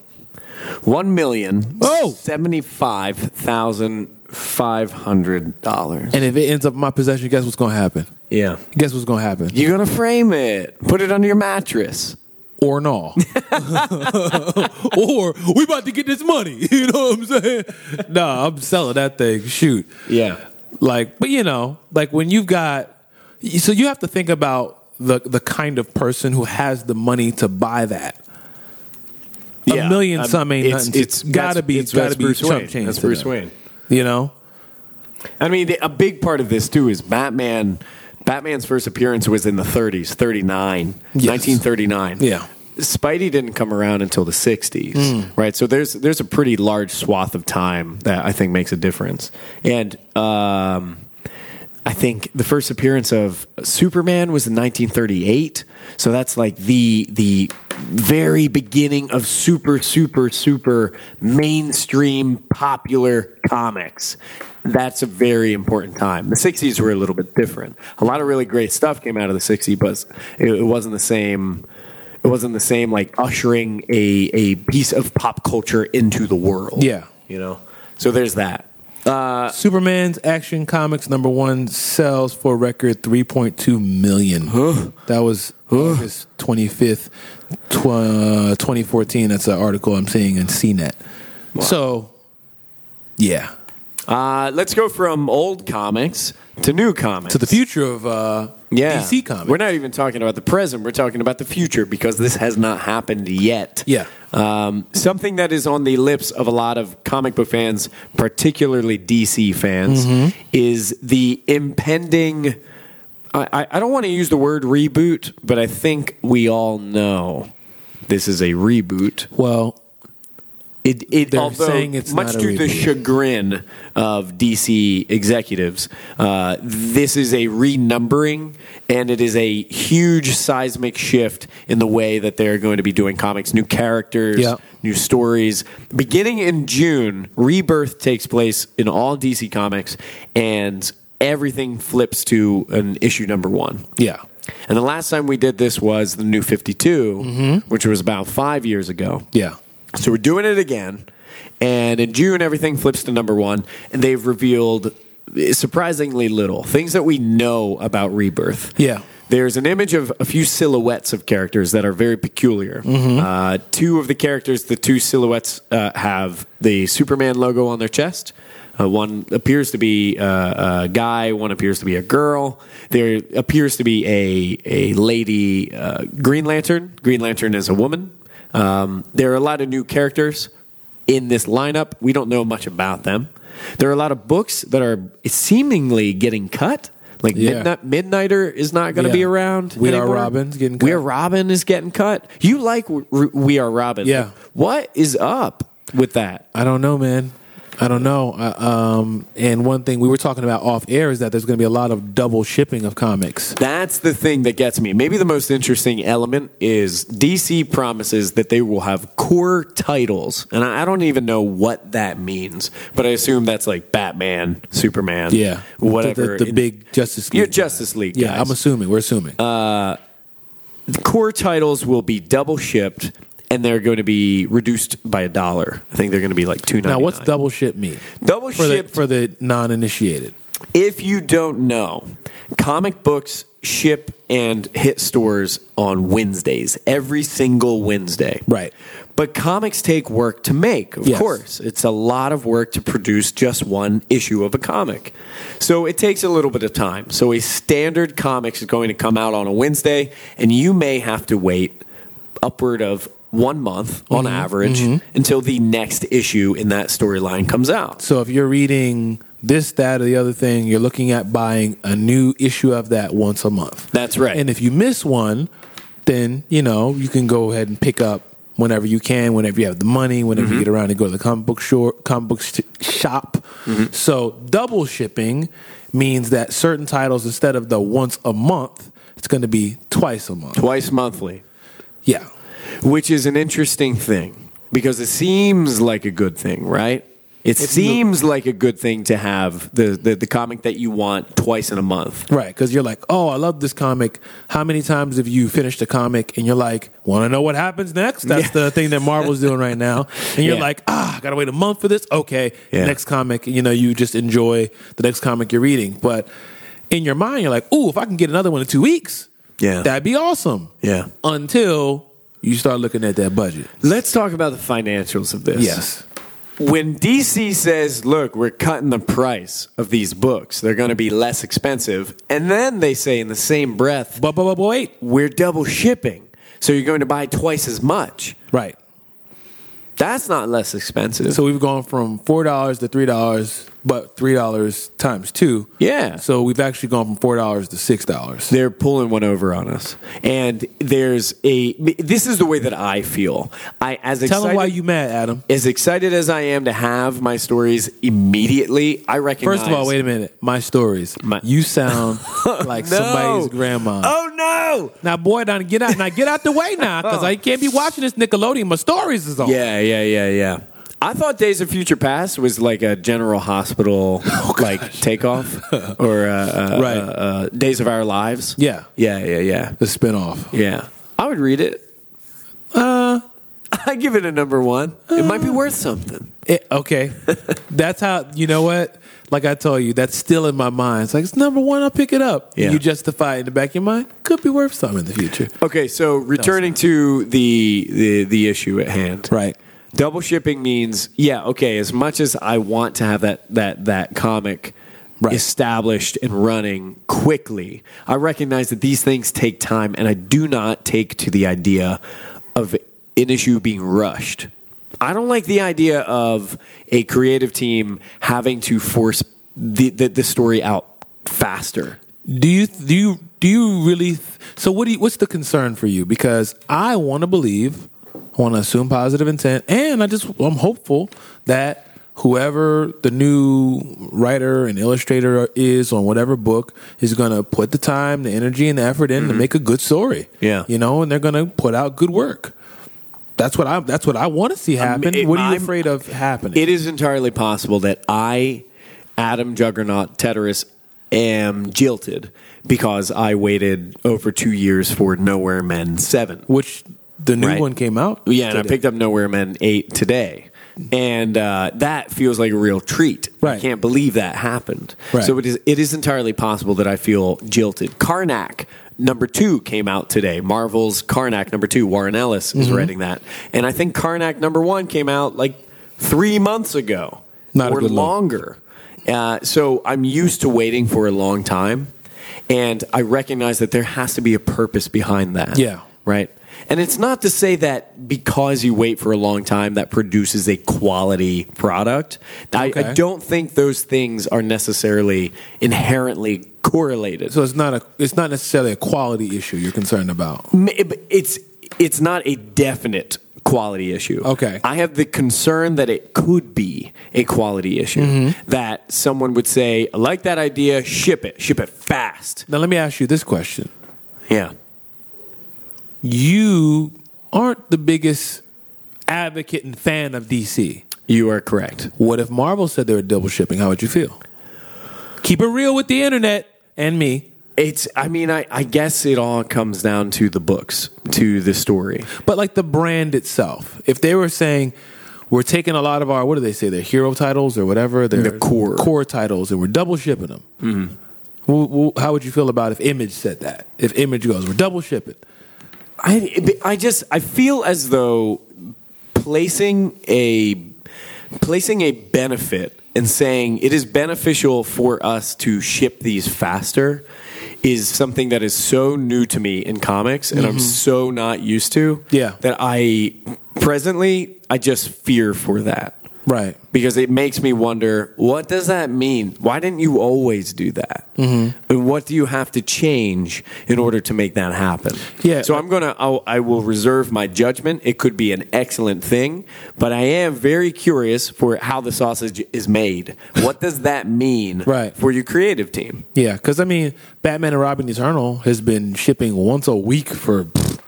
S2: One million
S1: Oh!
S2: seventy-five thousand five hundred dollars.
S1: And if it ends up in my possession, guess what's gonna happen?
S2: Yeah,
S1: Guess what's gonna happen?
S2: you're gonna frame it. Put it under your mattress.
S1: or no. or we about to get this money. You know what I'm saying? Nah, I'm selling that thing. Shoot.
S2: Yeah.
S1: Like, but you know, like when you've got, so you have to think about the the kind of person who has the money to buy that. A
S2: Yeah.
S1: million
S2: Um,
S1: some ain't
S2: it's-
S1: nothing. It's
S2: it's-
S1: gotta
S2: that's-
S1: be,
S2: it's-
S1: gotta
S2: that's
S1: be
S2: Bruce
S1: chump
S2: Wayne.
S1: change.
S2: That's
S1: to
S2: Bruce
S1: them.
S2: Wayne.
S1: You know,
S2: I mean, the- a big part of this too is Batman. Batman's first appearance was in the 30s, 39,
S1: Yes.
S2: 1939.
S1: Yeah.
S2: Spidey didn't come around until the 60s, right? So there's there's a pretty large swath of time that I think makes a difference. And um, I think the first appearance of Superman was in 1938. So that's like the the very beginning of super super super mainstream popular comics. That's a very important time. The 60s were a little bit different. A lot of really great stuff came out of the 60s, but it, it wasn't the same it wasn't the same like ushering a a piece of pop culture into the world.
S1: Yeah.
S2: You know. So there's that.
S1: Superman's Action Comics number one sells for a record 3.2 million. That was August 25th, tw- uh, 2014. That's an article I'm seeing in CNET. So, yeah.
S2: Uh, let's go from old comics to new comics.
S1: To the future of uh, DC Comics.
S2: We're not even talking about the present. We're talking about the future because this has not happened yet.
S1: Yeah.
S2: Um, something that is on the lips of a lot of comic book fans, particularly DC fans,
S1: Mm-hmm.
S2: is the impending. I, I- I don't want to use the word reboot, but I think we all know this is a reboot.
S1: well,
S2: It, it
S1: They're
S2: although
S1: saying it's
S2: much
S1: not a
S2: to the
S1: reboot.
S2: chagrin of DC executives, uh, this is a renumbering, and it is a huge seismic shift in the way that they're going to be doing comics. New characters,
S1: Yeah.
S2: new stories. Beginning in June, Rebirth takes place in all DC comics, and everything flips to an issue number one.
S1: yeah.
S2: And the last time we did this was the New 52, which was about five years ago.
S1: Mm-hmm. Yeah.
S2: So we're doing it again. And in June, everything flips to number one. And they've revealed surprisingly little things that we know about Rebirth.
S1: Yeah.
S2: There's an image of a few silhouettes of characters that are very peculiar. Uh, two of the characters, the two silhouettes, uh, have the Superman logo on their chest. Uh, one appears to be uh, a guy. One appears to be a girl. There appears to be a a lady uh, Green Lantern. Green Lantern is a woman. Um, there are a lot of new characters in this lineup. We don't know much about them. There are a lot of books that are seemingly getting cut. Like
S1: Yeah.
S2: Midnight, Midnighter is not going to
S1: Yeah.
S2: be around.
S1: We Are
S2: anymore.
S1: Robin's getting
S2: We
S1: cut.
S2: Are Robin is getting cut. You like R- R- We Are Robin?
S1: Yeah.
S2: What is up with that?
S1: I don't know, man. I don't know. I, um, and one thing we were talking about off air is that there's going to be a lot of double shipping of comics.
S2: That's the thing that gets me. Maybe the most interesting element is DC promises that they will have core titles, and I I don't even know what that means, but I assume that's like Batman, Superman,
S1: Yeah.
S2: whatever.
S1: The, the, the big Justice League.
S2: your
S1: guy.
S2: Justice League.
S1: Yeah,
S2: guys. Uh,
S1: I'm assuming. We're assuming.
S2: core titles will be double shipped and they're going to be reduced by a dollar. I think they're going to be like two ninety nine.
S1: now, what's double ship mean?
S2: Double
S1: for
S2: shipped-
S1: the, for the non-initiated.
S2: If you don't know, comic books ship and hit stores on Wednesdays, every single Wednesday.
S1: Right.
S2: But comics take work to make, of
S1: Yes.
S2: course. It's a lot of work to produce just one issue of a comic. So it takes a little bit of time. So a standard comics is going to come out on a Wednesday, and you may have to wait upward of one month on
S1: Mm-hmm.
S2: average until the next issue in that storyline comes out.
S1: So if you're reading this, that, or the other thing, you're looking at buying a new issue of that once a month.
S2: That's right.
S1: And if you miss one, then you know you can go ahead and pick up whenever you can, whenever you have the money, whenever you get around to go to the comic book shore, comic book sh- shop. So double shipping means that certain titles instead of the once a month, it's going to be twice a month.
S2: Twice monthly.
S1: Yeah.
S2: which is an interesting thing because it seems like a good thing, right? It seems like a good thing to have the, the, the comic that you want twice in a month.
S1: Right, because you're like, oh, I love this comic. How many times have you finished a comic and you're like, want to know what happens next? That's the thing that Marvel's doing right now. And you're
S2: Yeah.
S1: like, ah, I gotta wait a month for this. Okay,
S2: Yeah.
S1: next comic. You know, you just enjoy the next comic you're reading, but in your mind, you're like, ooh, if I can get another one in two weeks,
S2: Yeah.
S1: that'd be awesome.
S2: Yeah.
S1: Until you start looking at that budget.
S2: Let's talk about the financials of this.
S1: Yes.
S2: When DC says, look, we're cutting the price of these books, they're going to be less expensive. And then they say in the same breath,
S1: But, but, but, but wait.
S2: we're double shipping. So you're going to buy twice as much.
S1: Right.
S2: That's not less expensive.
S1: So we've gone from four dollars to three dollars, but three dollars times two.
S2: Yeah.
S1: So we've actually gone from four dollars to six dollars.
S2: They're pulling one over on us. And there's a this is the way that I feel. I as
S1: Tell them
S2: excited
S1: why you mad, Adam.
S2: as excited as I am to have my stories immediately, I recognize
S1: First of all, wait a minute. My stories.
S2: My-
S1: you sound like
S2: No.
S1: somebody's grandma.
S2: Oh no.
S1: Now, boy, now get out. Now get out the way now, because I can't be watching this Nickelodeon. My stories is on.
S2: Yeah, yeah, yeah, yeah. I thought Days of Future Past was like a General Hospital like takeoff or uh, uh,
S1: Oh, Right.
S2: uh, uh, Days of Our Lives.
S1: Yeah.
S2: Yeah, yeah, yeah.
S1: The spinoff.
S2: Yeah. I would read it. Uh I give it a number 1. it might be worth something.
S1: It, okay. that's how, you know what? Like I told you, that's still in my mind. It's like, it's number one, I'll pick it up.
S2: Yeah.
S1: You justify it in the back of your mind. Could be worth something in the future.
S2: Okay, so returning to the, the the issue at hand.
S1: Right.
S2: Double shipping means yeah, okay, as much as I want to have that that that comic
S1: Right.
S2: established and running quickly, I recognize that these things take time and I do not take to the idea of an issue being rushed. I don't like the idea of a creative team having to force the the, the story out faster.
S1: Do you do you do you really? So what do you, what's the concern for you? Because I want to believe, I want to assume positive intent, and I just I'm hopeful that whoever the new writer and illustrator is on whatever book is going to put the time, the energy, and the effort in to make a good story.
S2: Mm-hmm. Yeah.
S1: you know, and they're going to put out good work. That's what I that's what I want to see happen.
S2: it-
S1: what are you
S2: I'm-
S1: afraid of happening?
S2: It is entirely possible that I, Adam Juggernaut Teteris, am jilted because I waited over two years for Nowhere Men 7.
S1: Which the new
S2: Right.
S1: one came out.
S2: Yeah, and I
S1: today.
S2: picked up Nowhere Men 8 today. And uh, that feels like a real treat. I
S1: Right.
S2: can't believe that happened.
S1: Right.
S2: So it is, it is entirely possible that I feel jilted. Karnak number two came out today. Marvel's Karnak number two. Warren Ellis
S1: Mm-hmm.
S2: is writing that. And I think Karnak number one came out like three months ago
S1: Not a
S2: or
S1: good look.
S2: longer. Uh, so I'm used to waiting for a long time. And I recognize that there has to be a purpose behind that.
S1: Yeah.
S2: Right. And it's not to say that because you wait for a long time, that produces a quality product. I, I
S1: Okay.
S2: don't think those things are necessarily inherently correlated.
S1: So it's not a it's not necessarily a quality issue you're concerned about.
S2: M- it- It's it's not a definite quality issue.
S1: Okay.
S2: I have the concern that it could be a quality issue. That someone would say, "I like that idea, ship it, ship it fast."
S1: Now let me ask you this question.
S2: Yeah.
S1: You aren't the biggest advocate and fan of DC.
S2: You are correct.
S1: What if Marvel said they were double shipping? How would you feel? Keep it real with the internet and me.
S2: It's. I mean, I, I guess it all comes down to the books, to the story.
S1: But like the brand itself. If they were saying we're taking a lot of our what do they say, their hero titles or whatever, their
S2: The core. Mm-hmm.
S1: core titles and we're double shipping them. Well, well, how would you feel about if Image said that? If Image goes, we're double shipping.
S2: I. I just. I feel as though placing a placing a benefit and saying it is beneficial for us to ship these faster is something that is so new to me in comics and I'm so not used to.
S1: Yeah.
S2: That I presently I just fear for that.
S1: Right.
S2: because it makes me wonder what does that mean why didn't you always do that mm-hmm. and what do you have to change in order to make that happen
S1: Yeah.
S2: so i'm gonna I'll, i will reserve my judgment it could be an excellent thing but i am very curious for how the sausage is made what does that mean
S1: Right.
S2: for your creative team
S1: Yeah, because I mean, Batman and Robin Eternal has been shipping once a week for pff,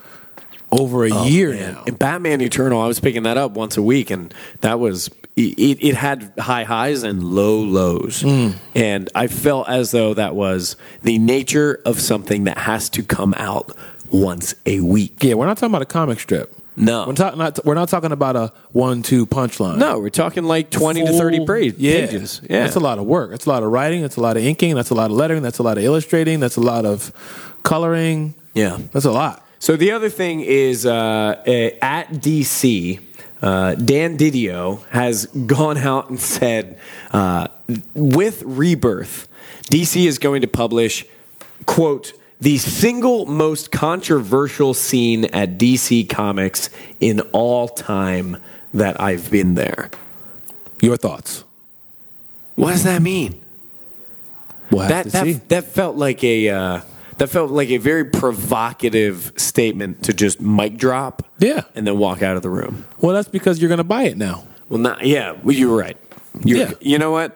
S1: over a
S2: Oh,
S1: year now.
S2: And Batman Eternal, I was picking that up once a week, and that was it. It, it had high highs and low lows, and I felt as though that was the nature of something that has to come out once a week.
S1: Yeah, we're not talking about a comic strip.
S2: No.
S1: we're not. not- we're not talking about a one-two punchline.
S2: No, we're talking like twenty to
S1: Full-
S2: thirty pra-
S1: yeah.
S2: pages. Yeah,
S1: that's a lot of work. That's a lot of writing. That's a lot of inking. That's a lot of lettering. That's a lot of illustrating. That's a lot of coloring.
S2: Yeah.
S1: that's a lot.
S2: So the other thing is uh, eh, at DC, uh, Dan Didio has gone out and said, uh, with Rebirth, DC is going to publish, quote, the single most controversial scene at DC Comics in all time that I've been there.
S1: Your thoughts?
S2: What does that mean?
S1: We'll have
S2: that
S1: to see.
S2: that, that felt like a uh, that felt like a very provocative statement to just mic drop,
S1: Yeah.
S2: and then walk out of the room.
S1: Well, that's because you're going to buy it now.
S2: Well, not yeah, well, you were right. you
S1: Yeah.
S2: you know what?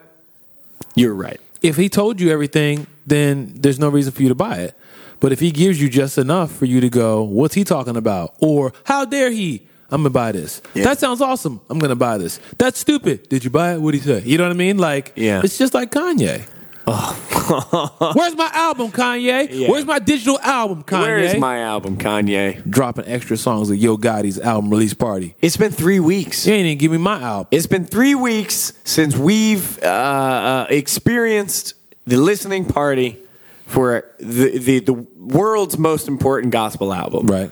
S2: You're right.
S1: If he told you everything, then there's no reason for you to buy it. But if he gives you just enough for you to go, what's he talking about? Or how dare he? I'm gonna buy this.
S2: Yeah.
S1: That sounds awesome. I'm gonna buy this. That's stupid. Did you buy it? What would he say? You know what I mean? Like,
S2: Yeah. Oh.
S1: it's just like Kanye. Where's my album, Kanye?
S2: Yeah.
S1: Where's my digital album, Kanye?
S2: Where is my album, Kanye?
S1: dropping extra songs at Yo Gotti's album release party?
S2: It's been three weeks.
S1: You ain't even give me my album.
S2: It's been three weeks since we've uh, uh, experienced the listening party for the, the the world's most important gospel album.
S1: Right.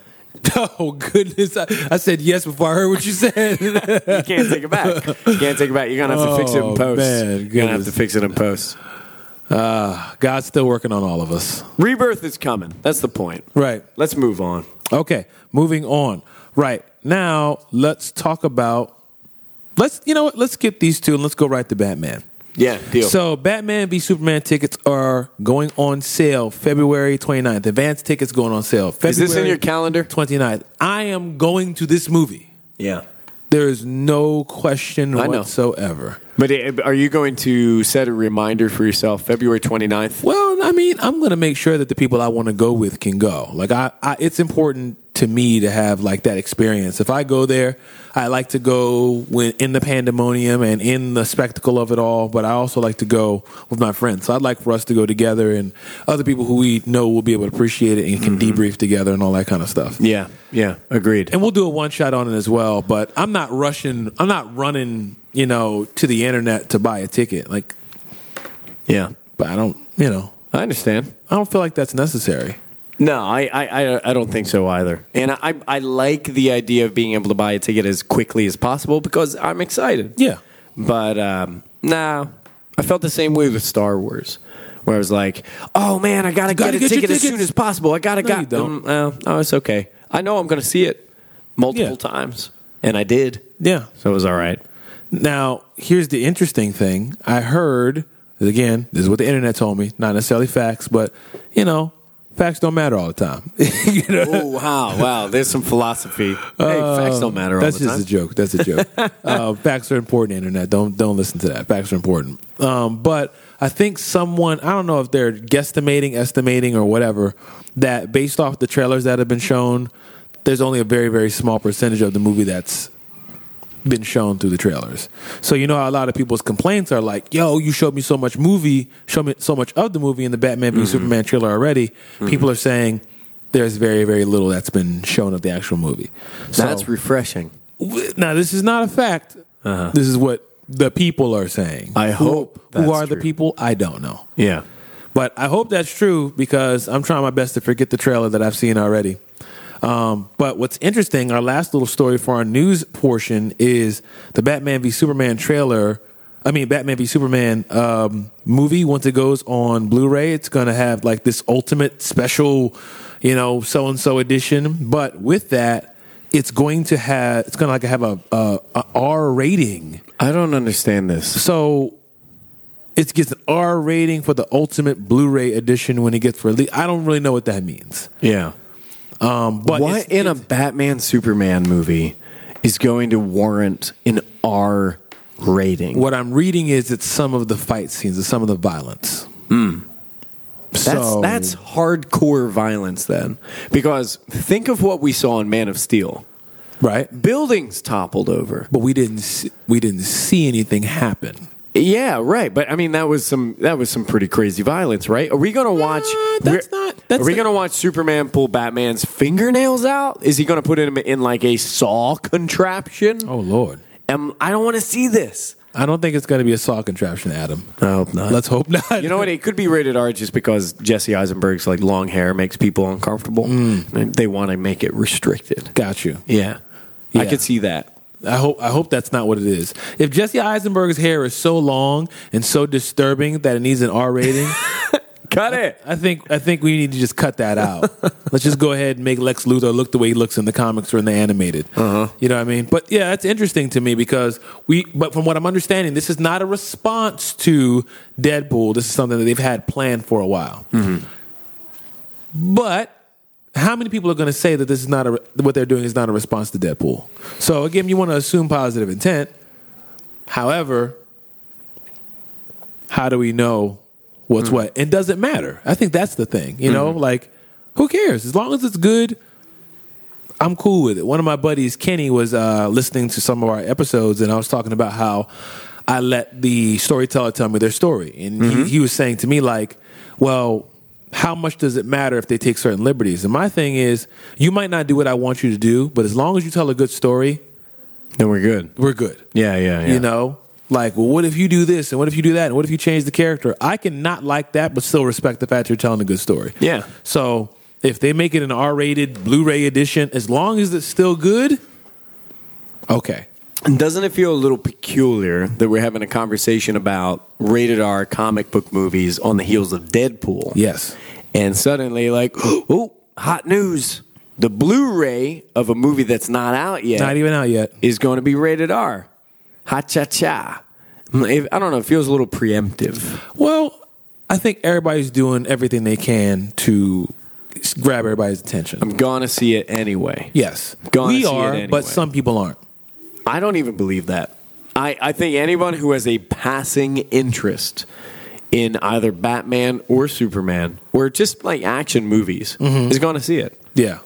S1: Oh goodness! I, I said yes before I heard what you said.
S2: you can't take it back. You can't take it back. You're gonna have to fix it
S1: Oh,
S2: in post.
S1: man,
S2: You're gonna have
S1: goodness.
S2: to fix it in post.
S1: God's still working on all of us.
S2: Rebirth is coming. That's the point.
S1: Right.
S2: Let's move on.
S1: Okay. Moving on. Right. Now let's talk about let's you know what, let's skip these two and let's go right to Batman.
S2: Yeah, deal.
S1: So Batman v Superman tickets are going on sale February 29th. Advance tickets going on sale February
S2: is this in your calendar?
S1: 29th. I am going to this movie.
S2: Yeah.
S1: There is no question
S2: I know.
S1: whatsoever.
S2: But uh, are you going to set a reminder for yourself February 29th?
S1: Well, I mean, I'm going to make sure that the people I want to go with can go. Like, I, I, it's important to me to have like that experience. If I go there, I like to go when, in the pandemonium and in the spectacle of it all. But I also like to go with my friends. So I'd like for us to go together and other people who we know will be able to appreciate it and can debrief together and all that kind of stuff.
S2: Yeah. Yeah. Agreed.
S1: And we'll do a one shot on it as well. But I'm not rushing. I'm not running. You know, to the internet to buy a ticket. Like,
S2: Yeah.
S1: but I don't. You know,
S2: I understand.
S1: I don't feel like that's necessary.
S2: No, I, I, I- I don't think so either. And I, I like the idea of being able to buy a ticket as quickly as possible because I'm excited.
S1: Yeah.
S2: But um, nah, I felt the same way with Star Wars, where I was like, "Oh man, I gotta,
S1: gotta get
S2: get, a
S1: your
S2: ticket as
S1: tickets."
S2: soon as possible. I gotta
S1: No,
S2: got
S1: you don't.
S2: Um, oh, oh, it's okay. I know I'm gonna see it multiple
S1: Yeah.
S2: times, and I did,
S1: Yeah.
S2: so it was all right.
S1: Now, here's the interesting thing. I heard, again, this is what the internet told me, not necessarily facts, but, you know, facts don't matter all the time. You know?
S2: oh wow, wow! There's some philosophy. Um, Hey, facts don't matter all
S1: That's
S2: the
S1: just
S2: time.
S1: a joke. That's a joke. uh, facts are important. Internet, don't don't listen to that. Facts are important. Um, but I think someone I don't know if they're guesstimating, estimating, or whatever that based off the trailers that have been shown, there's only a very very small percentage of the movie that's been shown through the trailers. So you know how a lot of people's complaints are like, "Yo, you showed me so much movie, show me so much of the movie in the Batman
S2: Mm-hmm.
S1: v Superman trailer already." People are saying. There's very, very little that's been shown of the actual movie. So,
S2: That's refreshing.
S1: w- now this is not a fact. This is what the people are saying.
S2: Uh-huh. I
S1: Who-
S2: hope
S1: who,
S2: that's
S1: are the
S2: true.
S1: people? I don't know,
S2: Yeah.
S1: but I hope that's true because I'm trying my best to forget the trailer that I've seen already. Um, but what's interesting, our last little story for our news portion is the Batman v Superman trailer. I mean, Batman v Superman um, movie. Once it goes on Blu-ray, it's gonna have like this ultimate special, you know, so and so edition. But with that, it's going to have it's gonna like have a, a, a R rating.
S2: I don't understand this.
S1: So it gets an R rating for the ultimate Blu-ray edition when it gets released. I don't really know what that means.
S2: Yeah.
S1: Um, but
S2: what
S1: it's-
S2: in a Batman Superman movie is going to warrant an R rating?
S1: What I'm reading is it's some of the fight scenes, it's some of the violence.
S2: Hmm. That's
S1: So-
S2: that's hardcore violence then. Because think of what we saw in Man of Steel.
S1: right.
S2: Buildings toppled over.
S1: But we didn't see, we didn't see anything happen.
S2: Yeah, right. But I mean that was some that was some pretty crazy violence, right? Are we gonna watch
S1: that's
S2: we're-
S1: not- that's
S2: Are we
S1: not-
S2: gonna watch Superman pull Batman's fingernails out? Is he gonna put him in like a saw contraption?
S1: Oh Lord,
S2: Um, I don't want to see this.
S1: I don't think it's going to be a saw contraption, Adam.
S2: I hope not.
S1: Let's hope not.
S2: You know what? It could be rated R just because Jesse Eisenberg's like long hair makes people uncomfortable. And They want to make it restricted.
S1: Got you.
S2: Hmm. Yeah. I
S1: Yeah.
S2: could see that.
S1: I hope I hope that's not what it is. If Jesse Eisenberg's hair is so long and so disturbing that it needs an R rating,
S2: Cut it.
S1: I think I think we need to just cut that out. Let's just go ahead and make Lex Luthor look the way he looks in the comics or in the animated. Uh-huh. You know what I mean? But yeah, that's interesting to me because we. But from what I'm understanding, this is not a response to Deadpool. This is something that they've had planned for a while. But how many people are going to say that this is not a what they're doing is not a response to Deadpool? So again, you want to assume positive intent. However, how do we know what's what? It doesn't matter. I think that's the thing. You know, like who cares? As long as it's good, I'm cool with it. One of my buddies, Kenny, was uh, listening to some of our episodes, and I was talking about how I let the storyteller tell me their story, and he, he was saying to me like, "Well." How much does it matter if they take certain liberties? And my thing is, you might not do what I want you to do, but as long as you tell a good story,
S2: Then we're good.
S1: we're good.
S2: Yeah, yeah, yeah.
S1: You know, like, well, what if you do this and what if you do that and what if you change the character? I can not like that, but still respect the fact you're telling a good story.
S2: Yeah.
S1: So if they make it an R-rated Blu-ray edition, as long as it's still good, okay.
S2: And doesn't it feel a little peculiar that we're having a conversation about rated R comic book movies on the heels of Deadpool?
S1: Yes.
S2: And suddenly, like, oh, hot news. The Blu ray of a movie that's not out yet
S1: Not e- even out yet.
S2: is going to be rated R. Ha cha cha. If- I don't know. It feels a little preemptive.
S1: Well, I think everybody's doing everything they can to s- grab everybody's attention.
S2: I'm going to see it anyway.
S1: yes.
S2: Gonna
S1: we
S2: see it
S1: are,
S2: anyway.
S1: but some people aren't.
S2: I don't even believe that. I, I think anyone who has a passing interest in either Batman or Superman or just like action movies is going to see it.
S1: Yeah.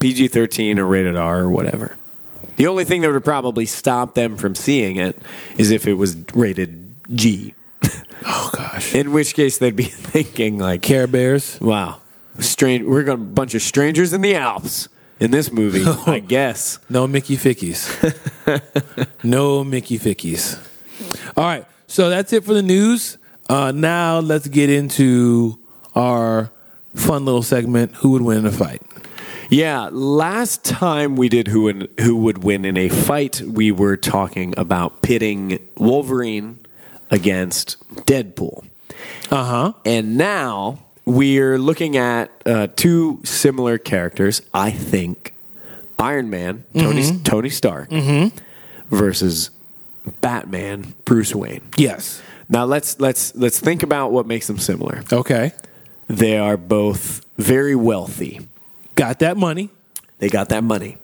S2: PG 13 or rated R or whatever. The only thing that would probably stop them from seeing it is if it was rated G,
S1: Oh gosh.
S2: in which case they'd be thinking, like,
S1: Care Bears.
S2: wow, strange, we're going to a bunch of strangers in the Alps in this movie, I guess.
S1: No Mickey Fickies. no Mickey Fickies. All right. So that's it for the news. Uh, now let's get into our fun little segment Who Would Win in a Fight?
S2: Yeah, last time we did who in, who would win in a fight, we were talking about pitting Wolverine against Deadpool,
S1: Uh huh.
S2: and now we're looking at uh, two similar characters. I think Iron Man, Tony Tony Stark, versus Batman, Bruce Wayne.
S1: Yes.
S2: Now let's let's let's think about what makes them similar.
S1: Okay.
S2: They are both very wealthy.
S1: Got that money.
S2: They got that money.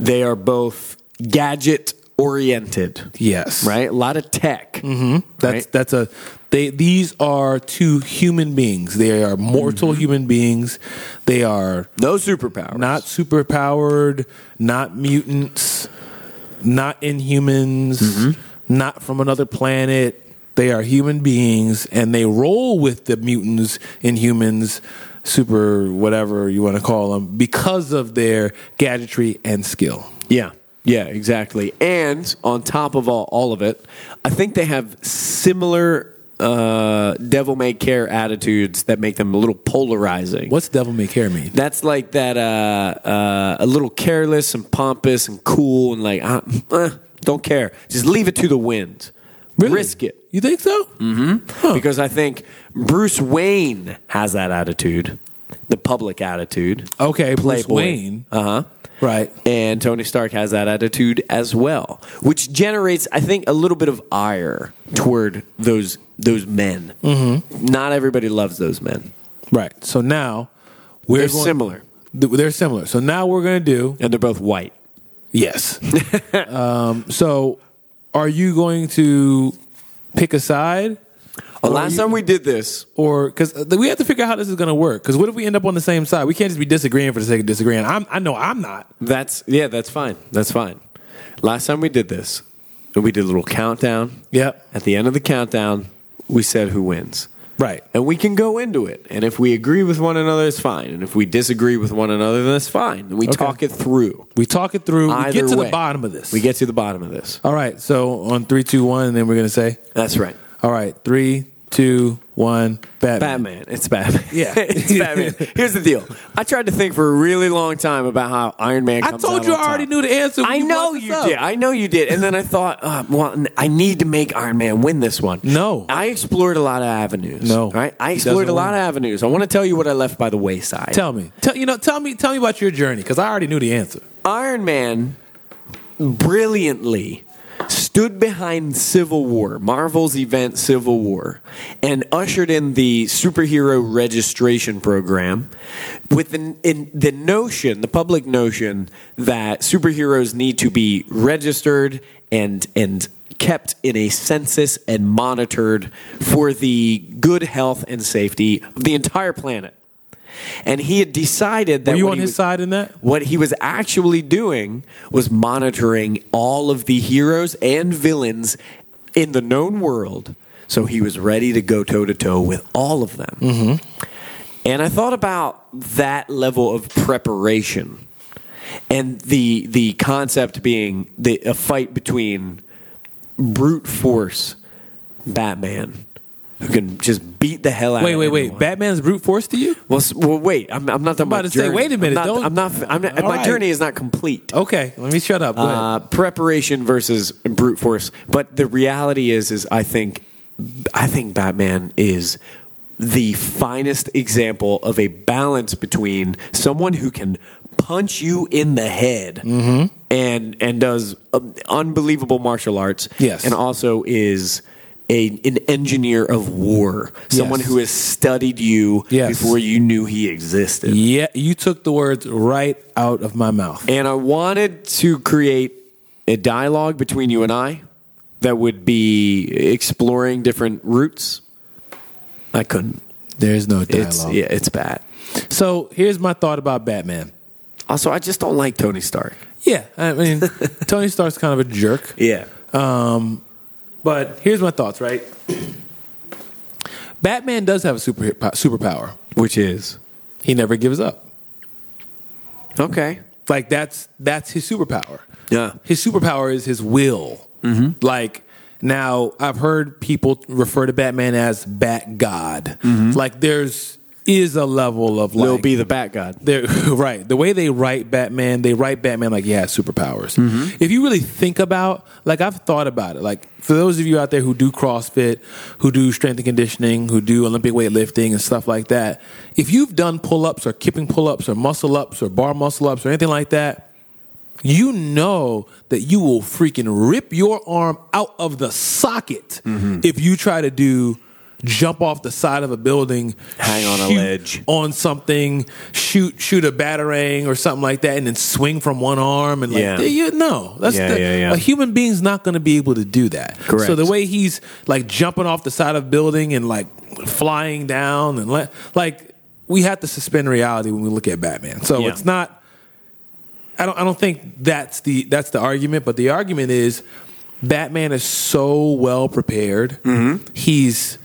S2: They are both gadget oriented,
S1: Yes.
S2: right? A lot of tech. Mm-hmm.
S1: That's that's a they these are two human beings. They are mortal human beings. They are
S2: no superpowers.
S1: not superpowered, not mutants, not inhumans,
S2: Mm-hmm.
S1: not from another planet. They are human beings and they roll with the mutants, inhumans, super whatever you want to call them because of their gadgetry and skill.
S2: yeah, yeah, exactly. And on top of all, all of it, I think they have similar uh, devil may care attitudes that make them a little polarizing.
S1: What's devil may care mean?
S2: That's like that, uh, uh, a little careless and pompous and cool and like, uh, uh, don't care. Just leave it to the wind. Risk it. Mm.
S1: You think so? Mm-hmm.
S2: because I think Bruce Wayne has that attitude, the public attitude.
S1: Okay, Bruce
S2: Playboy.
S1: Wayne.
S2: Uh huh.
S1: Right.
S2: And Tony Stark has that attitude as well, which generates, I think, a little bit of ire toward those those men. Mm-hmm. Not everybody loves those men.
S1: Right. So now we're
S2: They're
S1: going-
S2: similar,
S1: Th- They're similar. So now we're going to do
S2: and they're both white.
S1: Yes. um, so, are you going to pick a side,
S2: Well, last time we did this,
S1: or because we have to figure out how this is going to work? Because what if we end up on the same side? We can't just be disagreeing for the sake of disagreeing. I'm, I know I'm not.
S2: That's yeah, that's fine. That's fine. Last time we did this, we did a little countdown.
S1: Yep.
S2: At the end of the countdown, we said who wins.
S1: Right.
S2: And we can go into it. And if we agree with one another, it's fine. And if we disagree with one another, then it's fine. And we
S1: Okay.
S2: talk it through.
S1: We talk it through. we
S2: Either
S1: get to
S2: way.
S1: the bottom of this.
S2: We get to the bottom of this.
S1: All right. So on three, two, one, and then we're gonna say.
S2: That's right.
S1: All right. Three, two, one. Batman.
S2: Batman. It's Batman.
S1: Yeah.
S2: it's Batman. Here's the deal. I tried to think for a really long time about how Iron Man.
S1: I
S2: comes
S1: told
S2: out
S1: you
S2: on
S1: I already
S2: top.
S1: knew the answer. when
S2: I know
S1: brought this
S2: you
S1: up.
S2: did. I know you did. And then I thought, uh, well, n- I need to make Iron Man win this one.
S1: No.
S2: I explored a lot of avenues.
S1: No.
S2: All right. I
S1: He
S2: explored
S1: doesn't
S2: a lot
S1: win.
S2: of avenues. I want to tell you what I left by the wayside.
S1: Tell me. Tell you know. Tell me. Tell me about your journey because I already knew the answer.
S2: Iron Man brilliantly stood behind Civil War, Marvel's event Civil War, and ushered in the superhero registration program with the, in, the notion, the public notion, that superheroes need to be registered and and kept in a census and monitored for the good health and safety of the entire planet. And he had decided that
S1: Were you
S2: when
S1: on
S2: he
S1: his
S2: was-
S1: side in that?
S2: what he was actually doing was monitoring all of the heroes and villains in the known world. So he was ready to go toe to toe with all of them.
S1: Mm-hmm.
S2: And I thought about that level of preparation and the the concept being the, a fight between brute force Batman who can just beat the hell out
S1: Wait,
S2: of
S1: wait, wait.
S2: anyone.
S1: Batman's brute force to you?
S2: Well, s- well, wait. I'm, I'm not done.
S1: about
S2: my
S1: to say,
S2: journey.
S1: wait a minute,
S2: I'm
S1: don't-
S2: not. I'm not, I'm not
S1: All
S2: my
S1: right.
S2: journey is not complete.
S1: Okay, let me shut up. Go ahead.
S2: Uh, preparation versus brute force. But the reality is, is I think, I think Batman is the finest example of a balance between someone who can punch you in the head
S1: Mm-hmm.
S2: and and does um, unbelievable martial arts,
S1: Yes.
S2: and also is. A, an engineer of war, someone
S1: Yes.
S2: who has studied you
S1: Yes.
S2: before you knew he existed.
S1: yeah, you took the words right out of my mouth.
S2: And I wanted to create a dialogue between you and I that would be exploring different routes. I couldn't.
S1: There's no dialogue.
S2: It's yeah, it's bad.
S1: So here's my thought about Batman.
S2: Also, I just don't like Tony Stark.
S1: Yeah, I mean, Tony Stark's kind of a jerk.
S2: Yeah.
S1: But here's my thoughts, right? Batman does have a super superpower.
S2: Which is
S1: He never gives up.
S2: okay.
S1: Like that's that's his superpower.
S2: Yeah.
S1: his superpower is his will. Like now, I've heard people refer to Batman as Bat God. Like there's is a level of
S2: Will
S1: like
S2: be the Bat God.
S1: They're, right. The way they write Batman, they write Batman like he has superpowers.
S2: Mm-hmm.
S1: If you really think about, like I've thought about it. Like for those of you out there who do CrossFit, who do strength and conditioning, who do Olympic weightlifting and stuff like that, if you've done pull-ups or kipping pull-ups or muscle ups or bar muscle ups or anything like that, you know that you will freaking rip your arm out of the socket
S2: Mm-hmm.
S1: if you try to do jump off the side of a building,
S2: Hang on a
S1: shoot
S2: ledge.
S1: on something, shoot shoot a batarang or something like that, and then swing from one arm and like
S2: Yeah.
S1: you no, that's
S2: Yeah,
S1: the-
S2: yeah, yeah.
S1: a human being's not going to be able to do that.
S2: Correct.
S1: So the way he's like jumping off the side of a building and like flying down and le- like we have to suspend reality when we look at Batman. So
S2: Yeah.
S1: it's not. I don't. I don't think that's the that's the argument. But the argument is, Batman is so well prepared.
S2: Mm-hmm.
S1: He's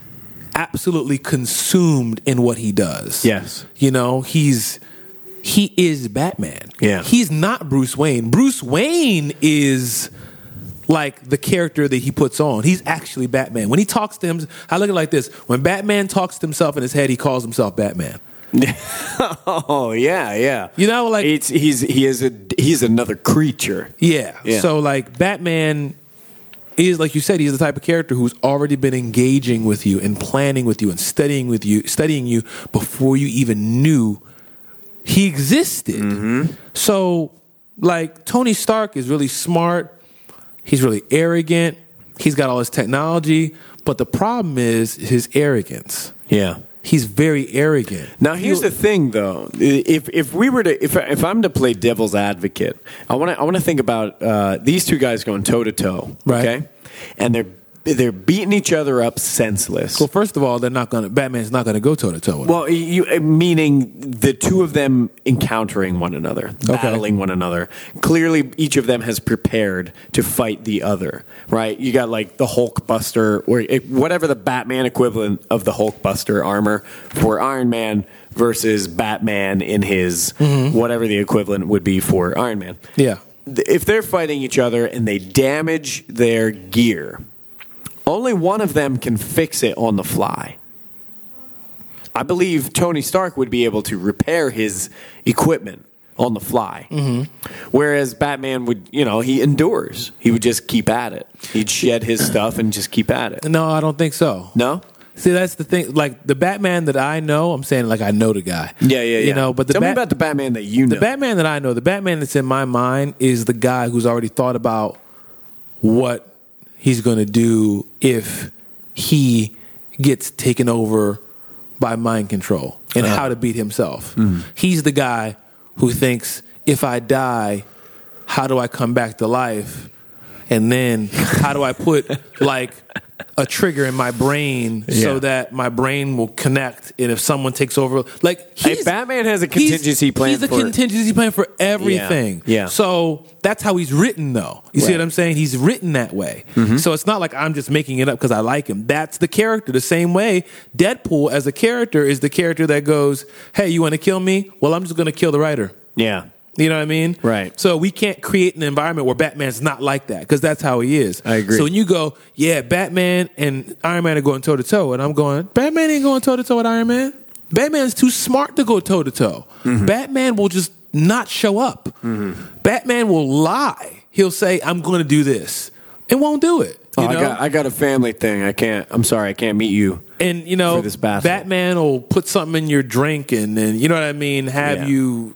S1: absolutely consumed in what he does.
S2: Yes.
S1: you know he's he is Batman.
S2: Yeah.
S1: he's not Bruce Wayne. Bruce Wayne is like the character that he puts on. He's actually Batman. When he talks to him, I look at it like this: when Batman talks to himself in his head, he calls himself Batman.
S2: Oh yeah, yeah.
S1: You know, like
S2: it's he's he is a he's another creature.
S1: Yeah.
S2: Yeah.
S1: So like Batman is like you said, he's the type of character who's already been engaging with you and planning with you and studying with you, studying you before you even knew he existed.
S2: Mm-hmm.
S1: So like Tony Stark is really smart. He's really arrogant. He's got all his technology, but the problem is his arrogance.
S2: Yeah.
S1: He's very arrogant.
S2: Now here's
S1: He'll-
S2: the thing, though. If if we were to if if I'm to play devil's advocate, I want to I want to think about uh, these two guys going toe to toe,
S1: Right.
S2: okay? And they're they're beating each other up senseless.
S1: Well, first of all, they're not gonna. Batman's not gonna go toe to toe with him.
S2: Well, you, uh, meaning the two of them encountering one another, battling one another. Clearly, each of them has prepared to fight the other, right? You got like the Hulk Buster, or it- whatever the Batman equivalent of the Hulk Buster armor for Iron Man versus Batman in his whatever the equivalent would be for Iron Man
S1: Yeah.
S2: if they're fighting each other and they damage their gear, only one of them can fix it on the fly. I believe Tony Stark would be able to repair his equipment on the fly. Whereas Batman would, you know, he endures. He would just keep at it. He'd shed his stuff and just keep at it.
S1: No, I don't think so.
S2: No?
S1: See, that's the thing. Like the Batman that I know, I'm saying like I know the guy.
S2: Yeah, yeah, yeah.
S1: You know, but the
S2: Tell me
S1: Bat-
S2: about the Batman that you know.
S1: The Batman that I know, the Batman that's in my mind is the guy who's already thought about what he's going to do if he gets taken over by mind control and
S2: Uh-huh.
S1: how to beat himself.
S2: Mm-hmm.
S1: He's the guy who thinks if I die, how do I come back to life? And then how do I put like a trigger in my brain so
S2: Yeah.
S1: that my brain will connect and if someone takes over like
S2: Hey, Batman has a
S1: he's-
S2: contingency plan
S1: He's a
S2: for it.
S1: contingency plan for everything.
S2: Yeah.
S1: So that's how he's written, though. You see
S2: Right. Mm-hmm.
S1: what I'm saying? He's written that way. So it's not like I'm just making it up because I like him. That's the character. The same way Deadpool as a character is the character that goes, "Hey, you want to kill me? Well, I'm just going to kill the writer."
S2: yeah.
S1: You know what I mean?
S2: Right.
S1: So we can't create an environment where Batman's not like that because that's how he is.
S2: I agree.
S1: So when you go, yeah, Batman and Iron Man are going toe to toe, and I'm going, Batman ain't going toe to toe with Iron Man. Batman's too smart to go toe to toe.
S2: Mm-hmm.
S1: Batman will just not show up. Batman will lie. He'll say, "I'm going to do this," and won't do it. You
S2: Oh, I,
S1: know?
S2: got, I got a family thing. I can't, I'm sorry, I can't meet you.
S1: and you know
S2: for this battle.
S1: Batman will put something in your drink and then you know what I mean have
S2: Yeah.
S1: you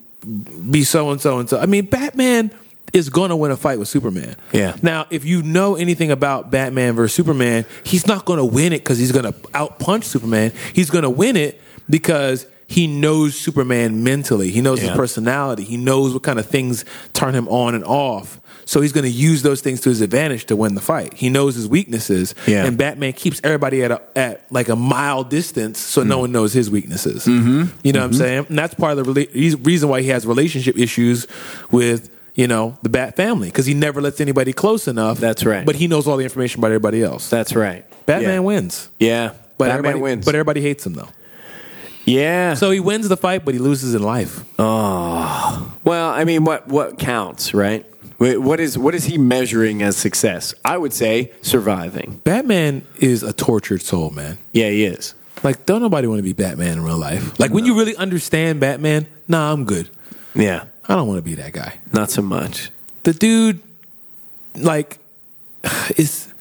S1: be so and so and so I mean Batman is going to win a fight with Superman.
S2: Yeah.
S1: Now, if you know anything about Batman versus Superman, he's not going to win it cuz he's going to outpunch Superman. He's going to win it because he knows Superman mentally. He knows his
S2: Yeah.
S1: personality. He knows what kind of things turn him on and off. So he's going to use those things to his advantage to win the fight. He knows his weaknesses
S2: Yeah.
S1: and Batman keeps everybody at a, at like a mile distance, so
S2: Mm.
S1: no one knows his weaknesses. Mm-hmm. You know what I'm saying? And that's part of the rela- he's- reason why he has relationship issues with you know the Bat family because he never lets anybody close enough.
S2: That's right.
S1: But he knows all the information about everybody else.
S2: That's right.
S1: Batman
S2: yeah.
S1: wins,
S2: Yeah.
S1: but
S2: Batman
S1: everybody
S2: wins.
S1: But everybody hates him though.
S2: yeah.
S1: So he wins the fight, but he loses in life.
S2: Well, I mean, what what counts, right? Wh- What is what is he measuring as success? I would say surviving.
S1: Batman is a tortured soul, man.
S2: Yeah, he is.
S1: Like, don't nobody want to be Batman in real life. Like, when you really understand Batman, nah, I'm good.
S2: Yeah,
S1: I don't want to be that guy.
S2: not so much.
S1: the dude like is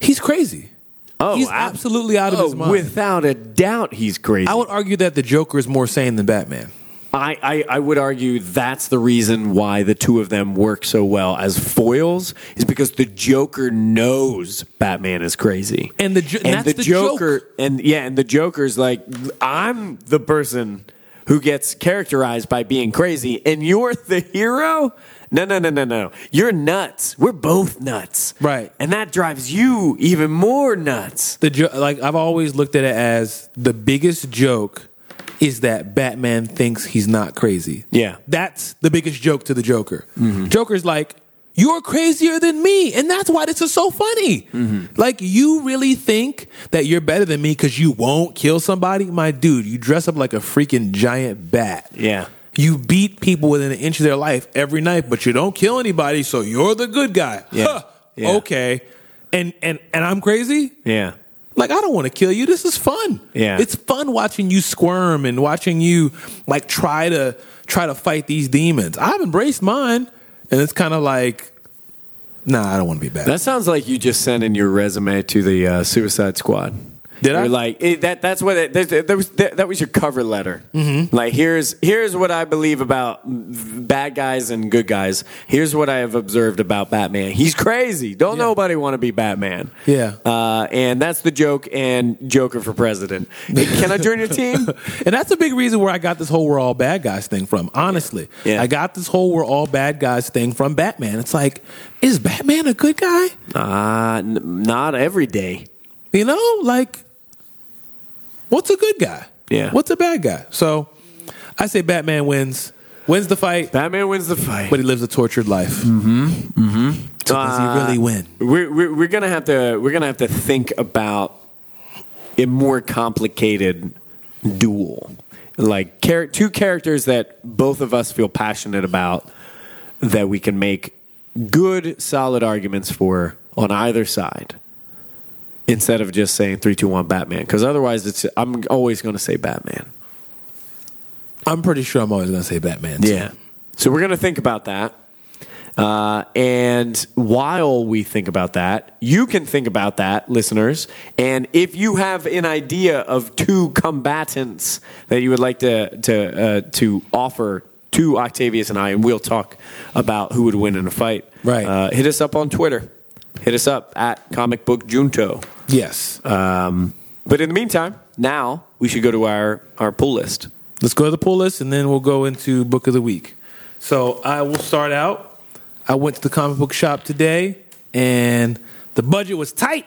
S1: he's crazy.
S2: Oh,
S1: he's
S2: ab-
S1: absolutely out of
S2: oh,
S1: his mind.
S2: Without a doubt, he's crazy.
S1: I would argue that the Joker is more sane than Batman.
S2: I, I, I would argue that's the reason why the two of them work so well as foils is because the Joker knows Batman is crazy,
S1: And the Jo- that's the
S2: Joker and yeah, and the Joker's like, I'm the person who gets characterized by being crazy, and you're the hero. No, no, no, no, no. You're nuts. We're both nuts,
S1: Right.
S2: And that drives you even more nuts.
S1: The jo- like I've always looked at it as the biggest joke is that Batman thinks he's not crazy.
S2: Yeah.
S1: That's the biggest joke to the Joker. Joker's like, you're crazier than me, and that's why this is so funny. Like, you really think that you're better than me because you won't kill somebody? My dude, you dress up like a freaking giant bat.
S2: Yeah.
S1: You beat people within an inch of their life every night, but you don't kill anybody, so you're the good guy.
S2: Yeah.
S1: Huh.
S2: Yeah.
S1: Okay. And and and I'm crazy?
S2: Yeah.
S1: Like I don't want to kill you. This is fun.
S2: Yeah.
S1: it's fun watching you squirm and watching you like try to try to fight these demons. I've embraced mine, and it's kind of like, nah, I don't want to be bad.
S2: That sounds like you just sent in your resume to the uh, Suicide Squad.
S1: Did I?
S2: You're like it, that. That's what it, that, that was. That, that was your cover letter. Mm-hmm. Like here's here's what I believe about bad guys and good guys. Here's what I have observed about Batman. He's crazy. Don't
S1: Yeah.
S2: nobody want to be Batman.
S1: Yeah.
S2: Uh, and that's the joke. And Joker for president. Hey, can I join your team?
S1: And that's a big reason where I got this whole we're all bad guys thing from, honestly.
S2: Yeah.
S1: I got this whole we're all bad guys thing from Batman. It's like, is Batman a good guy?
S2: Uh, n- not every day.
S1: You know, like, what's a good guy?
S2: Yeah.
S1: What's a bad guy? So I say Batman wins, wins the fight,
S2: Batman wins the fight.
S1: but he lives a tortured life. Mm hmm. Mm hmm. So does
S2: Uh,
S1: he really win?
S2: We're, we're, we're gonna have to we're gonna have to think about a more complicated duel, like char- two characters that both of us feel passionate about that we can make good solid arguments for on either side. Instead of just saying three, two, one, Batman, because otherwise it's I'm always going to say Batman.
S1: I'm pretty sure I'm always going to say Batman. too.
S2: Yeah. So we're going to think about that. Uh, and while we think about that, you can think about that, listeners. And if you have an idea of two combatants that you would like to to uh, to offer to Octavius and I, and we'll talk about who would win in a fight.
S1: Right.
S2: Uh, hit us up on Twitter. Hit us up at Comic Book Junto.
S1: Yes. Uh,
S2: Um, but in the meantime, now we should go to our our pull list.
S1: Let's go to the pull list and then we'll go into book of the week. So I will start out. I went to the comic book shop today and the budget was tight.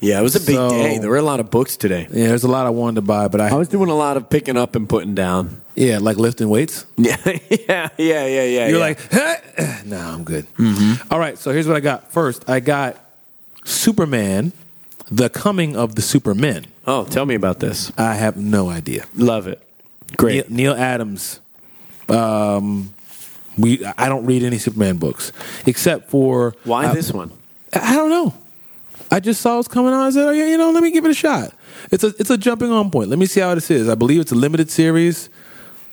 S2: Yeah, it was a big
S1: So-
S2: day. There were a lot of books today.
S1: Yeah, there's a lot I wanted to buy, but I,
S2: I was doing a lot of picking up and putting down.
S1: yeah, like lifting weights.
S2: Yeah, yeah, yeah, yeah, yeah.
S1: You're like, huh? no, I'm good. All right, so here's what I got. First, I got Superman, The Coming of the Supermen.
S2: oh, tell me about this.
S1: I have no idea.
S2: Love it. Great.
S1: Neil, Neil Adams. Um, we I don't read any Superman books except for
S2: Why
S1: I-
S2: this one?
S1: I don't know. I just saw it was coming on. I said, oh, yeah, you know, let me give it a shot. It's a it's a jumping on point. Let me see how this is. I believe it's a limited series.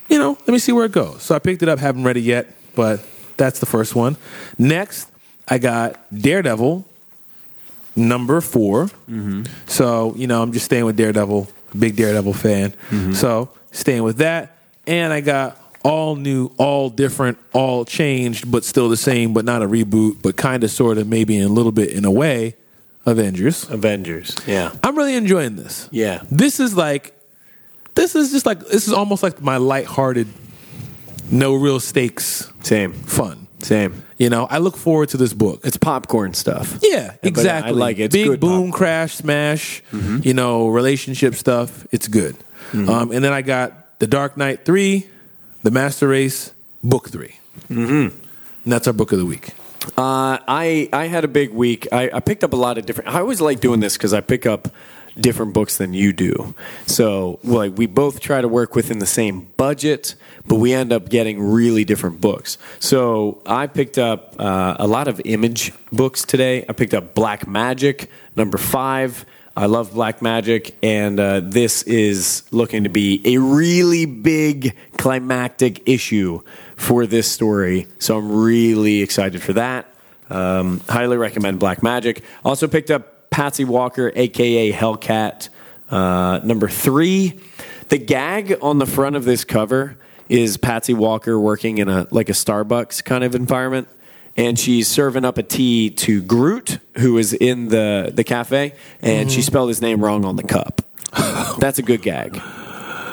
S1: You know, let me see where it goes. So I picked it up, haven't read it yet, but that's the first one. Next, I got Daredevil number 4
S2: Mm-hmm.
S1: So, you know, I'm just staying with Daredevil, big Daredevil fan. So, staying with that. And I got all new, all different, all changed, but still the same, but not a reboot, but kind of, sort of, maybe in a little bit in a way, Avengers.
S2: Avengers. Yeah.
S1: I'm really enjoying this.
S2: Yeah.
S1: This is like, this is just like, this is almost like my lighthearted, no real stakes
S2: Same.
S1: fun.
S2: Same.
S1: You know, I look forward to this book.
S2: It's popcorn stuff.
S1: Yeah,
S2: I
S1: exactly.
S2: like it. It's
S1: Big
S2: good Mm-hmm.
S1: boom, crash, smash. You know, relationship stuff. It's good. Um, and then I got The Dark Knight three, The Master Race book 3 mm-hmm. and that's our book of the week.
S2: Uh, I I had a big week. I, I picked up a lot of different. I always like doing this because I pick up different books than you do. So like we both try to work within the same budget, but we end up getting really different books. So I picked up uh, a lot of image books today. I picked up Black Magic number five. I love Black Magic, and uh, this is looking to be a really big climactic issue for this story. So I'm really excited for that. Um, highly recommend Black Magic. Also picked up Patsy Walker, aka Hellcat, uh, number three. The gag on the front of this cover is Patsy Walker working in a like a Starbucks kind of environment and she's serving up a tea to Groot, who is in the, the cafe, and she spelled his name wrong on the cup. That's a good gag.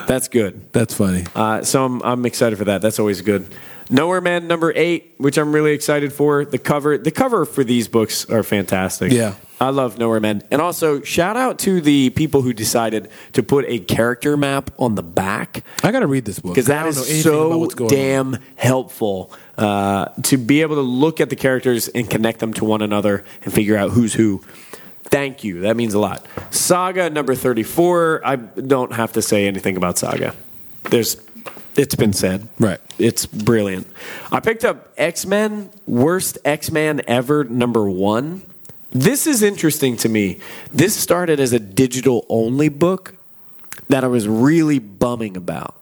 S2: That's good.
S1: That's funny.
S2: Uh, so I'm, I'm excited for that. That's always good. Nowhere Man number eight, which I'm really excited for. The cover, the cover for these books are fantastic.
S1: Yeah.
S2: I love Nowhere Man. And also shout out to the people who decided to put a character map on the back
S1: I got to read this book
S2: because
S1: I don't
S2: that
S1: know anything
S2: is
S1: about
S2: so
S1: what's going on.
S2: damn helpful uh, to be able to look at the characters and connect them to one another and figure out who's who. Thank you. That means a lot. Saga number thirty-four. I don't have to say anything about Saga. There's, it's been said.
S1: Right.
S2: It's brilliant. I picked up X Men, worst X Man ever, number one. This is interesting to me. This started as a digital only book that I was really bumming about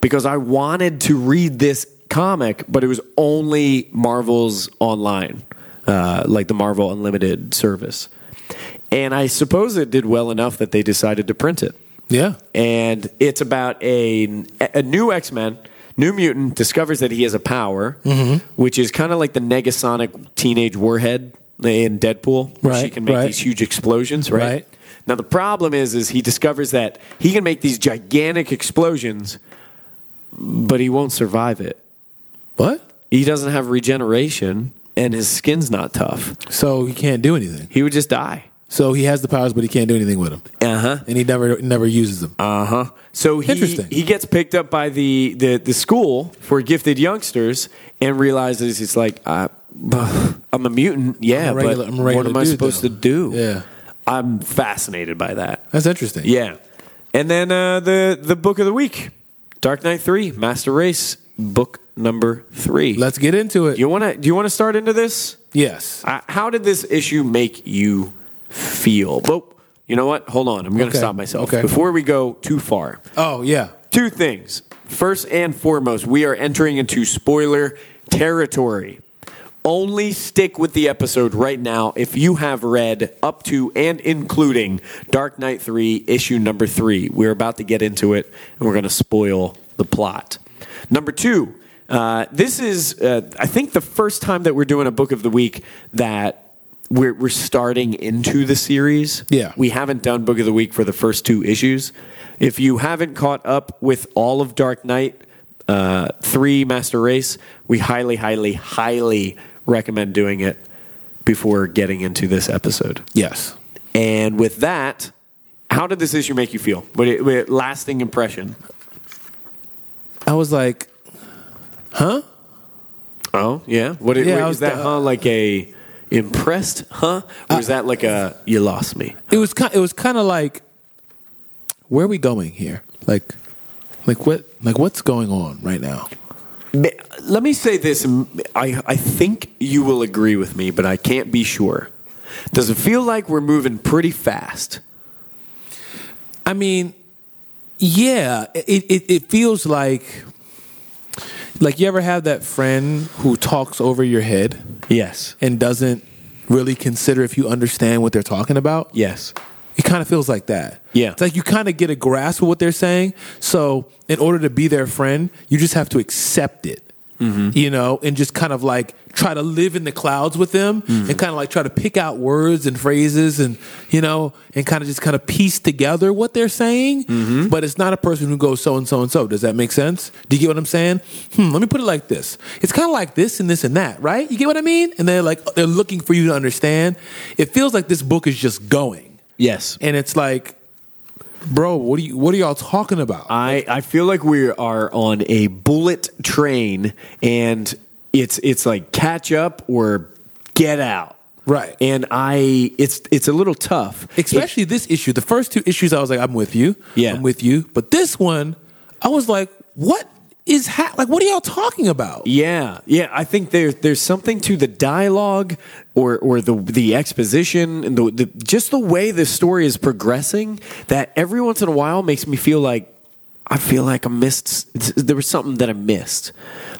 S2: because I wanted to read this comic, but it was only Marvel's online, uh, like the Marvel Unlimited service. And I suppose it did well enough that they decided to print it.
S1: Yeah.
S2: And it's about a, a new X Men, new mutant, discovers that he has a power,
S1: Mm-hmm.
S2: which is kind of like the Negasonic teenage warhead in Deadpool. She
S1: Right,
S2: can make
S1: right.
S2: these huge explosions, right?
S1: Right.
S2: Now, the problem is, is he discovers that he can make these gigantic explosions, but he won't survive it.
S1: What?
S2: He doesn't have regeneration, and his skin's not tough.
S1: So he can't do anything.
S2: He would just die.
S1: So he has the powers, but he can't do anything with them,
S2: Uh huh.
S1: and he never never uses them.
S2: Uh huh. So he
S1: Interesting.
S2: he gets picked up by the, the, the school for gifted youngsters and realizes it's like uh, I'm a mutant. Yeah,
S1: I'm a regular-
S2: but
S1: I'm a regular
S2: what am I
S1: dude,
S2: supposed
S1: though.
S2: to do?
S1: Yeah.
S2: I'm fascinated by that.
S1: That's interesting.
S2: Yeah, and then uh, the the book of the week, Dark Knight Three, Master Race, book number three.
S1: Let's get into it.
S2: do you want to do you want to start into this?
S1: yes.
S2: Uh, how did this issue make you feel? Well, you know what? Hold on. I'm going to
S1: Okay.
S2: stop myself
S1: Okay.
S2: before we go too far.
S1: Oh yeah.
S2: Two things. First and foremost, we are entering into spoiler territory. Only stick with the episode right now if you have read up to and including Dark Knight 3, issue number 3. We're about to get into it and we're going to spoil the plot. Number two, uh, this is, uh, I think, the first time that we're doing a book of the week that we're, we're starting into the series.
S1: Yeah.
S2: We haven't done Book of the Week for the first two issues. If you haven't caught up with all of Dark Knight, uh, three Master Race, we highly, highly, highly recommend doing it before getting into this episode.
S1: Yes.
S2: And with that, how did this issue make you feel? What it, what it- lasting impression?
S1: I was like,
S2: Oh yeah, what it,
S1: Yeah,
S2: what-
S1: I
S2: is
S1: was Uh,
S2: that?
S1: the-
S2: huh? Like a impressed? Huh? Or is that like a you lost me?
S1: it was kind. It was kind of like, where are we going here? Like, like what? Like what's going on right now?
S2: Ma- Let me say this. and I, I think you will agree with me, but I can't be sure. Does it feel like we're moving pretty fast?
S1: I mean, yeah, it, it, it feels like like you ever have that friend who talks over your head
S2: Yes.
S1: and doesn't really consider if you understand what they're talking about.
S2: Yes.
S1: It kind of feels like that.
S2: Yeah.
S1: It's like you kind of get a grasp of what they're saying. So, in order to be their friend, you just have to accept it, you know, and just kind of like try to live in the clouds with them and kind of like try to pick out words and phrases and, you know, and kind of just kind of piece together what they're saying. But it's not a person who goes so and so and so. Does that make sense? Do you get what I'm saying? Hmm, let me put it like this it's kind of like this and this and that, right? You get what I mean? And they're like, they're looking for you to understand. It feels like this book is just going
S2: Yes.
S1: and it's like, bro, what are you? What are y'all talking about?
S2: I, I feel like we are on a bullet train and it's it's like catch up or get out.
S1: Right.
S2: And I it's it's a little tough.
S1: Especially this issue. The first two issues, I was like, I'm with you.
S2: Yeah.
S1: I'm with you. But this one, I was like, what is ha- like? What are y'all talking about?
S2: Yeah, yeah. I think there's there's something to the dialogue or or the the exposition and the, the just the way the story is progressing that every once in a while makes me feel like I feel like I missed there was something that I missed,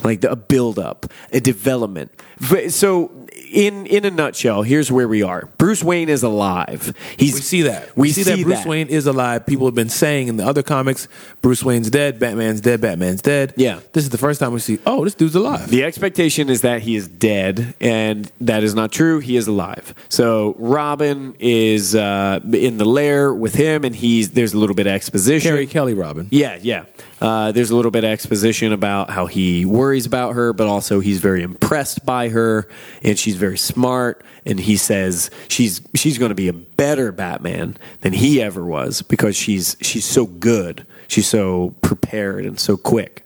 S2: like the, a build up, a development. But- So in in a nutshell, here's where we are. Bruce Wayne is alive. He's
S1: We see that. We, see, that Bruce Wayne is alive. People have been saying in the other comics, Bruce Wayne's dead, Batman's dead, Batman's dead.
S2: Yeah.
S1: This is the first time we see, oh, this dude's alive.
S2: The expectation is that he is dead, and that is not true. He is alive. So Robin is uh, in the lair with him, and he's there's a little bit of exposition.
S1: Carrie Kelly Robin.
S2: Yeah, yeah. Uh, there's a little bit of exposition about how he worries about her, but also he's very impressed by her, and she's very smart. And he says she's she's going to be a better Batman than he ever was because she's she's so good, she's so prepared and so quick.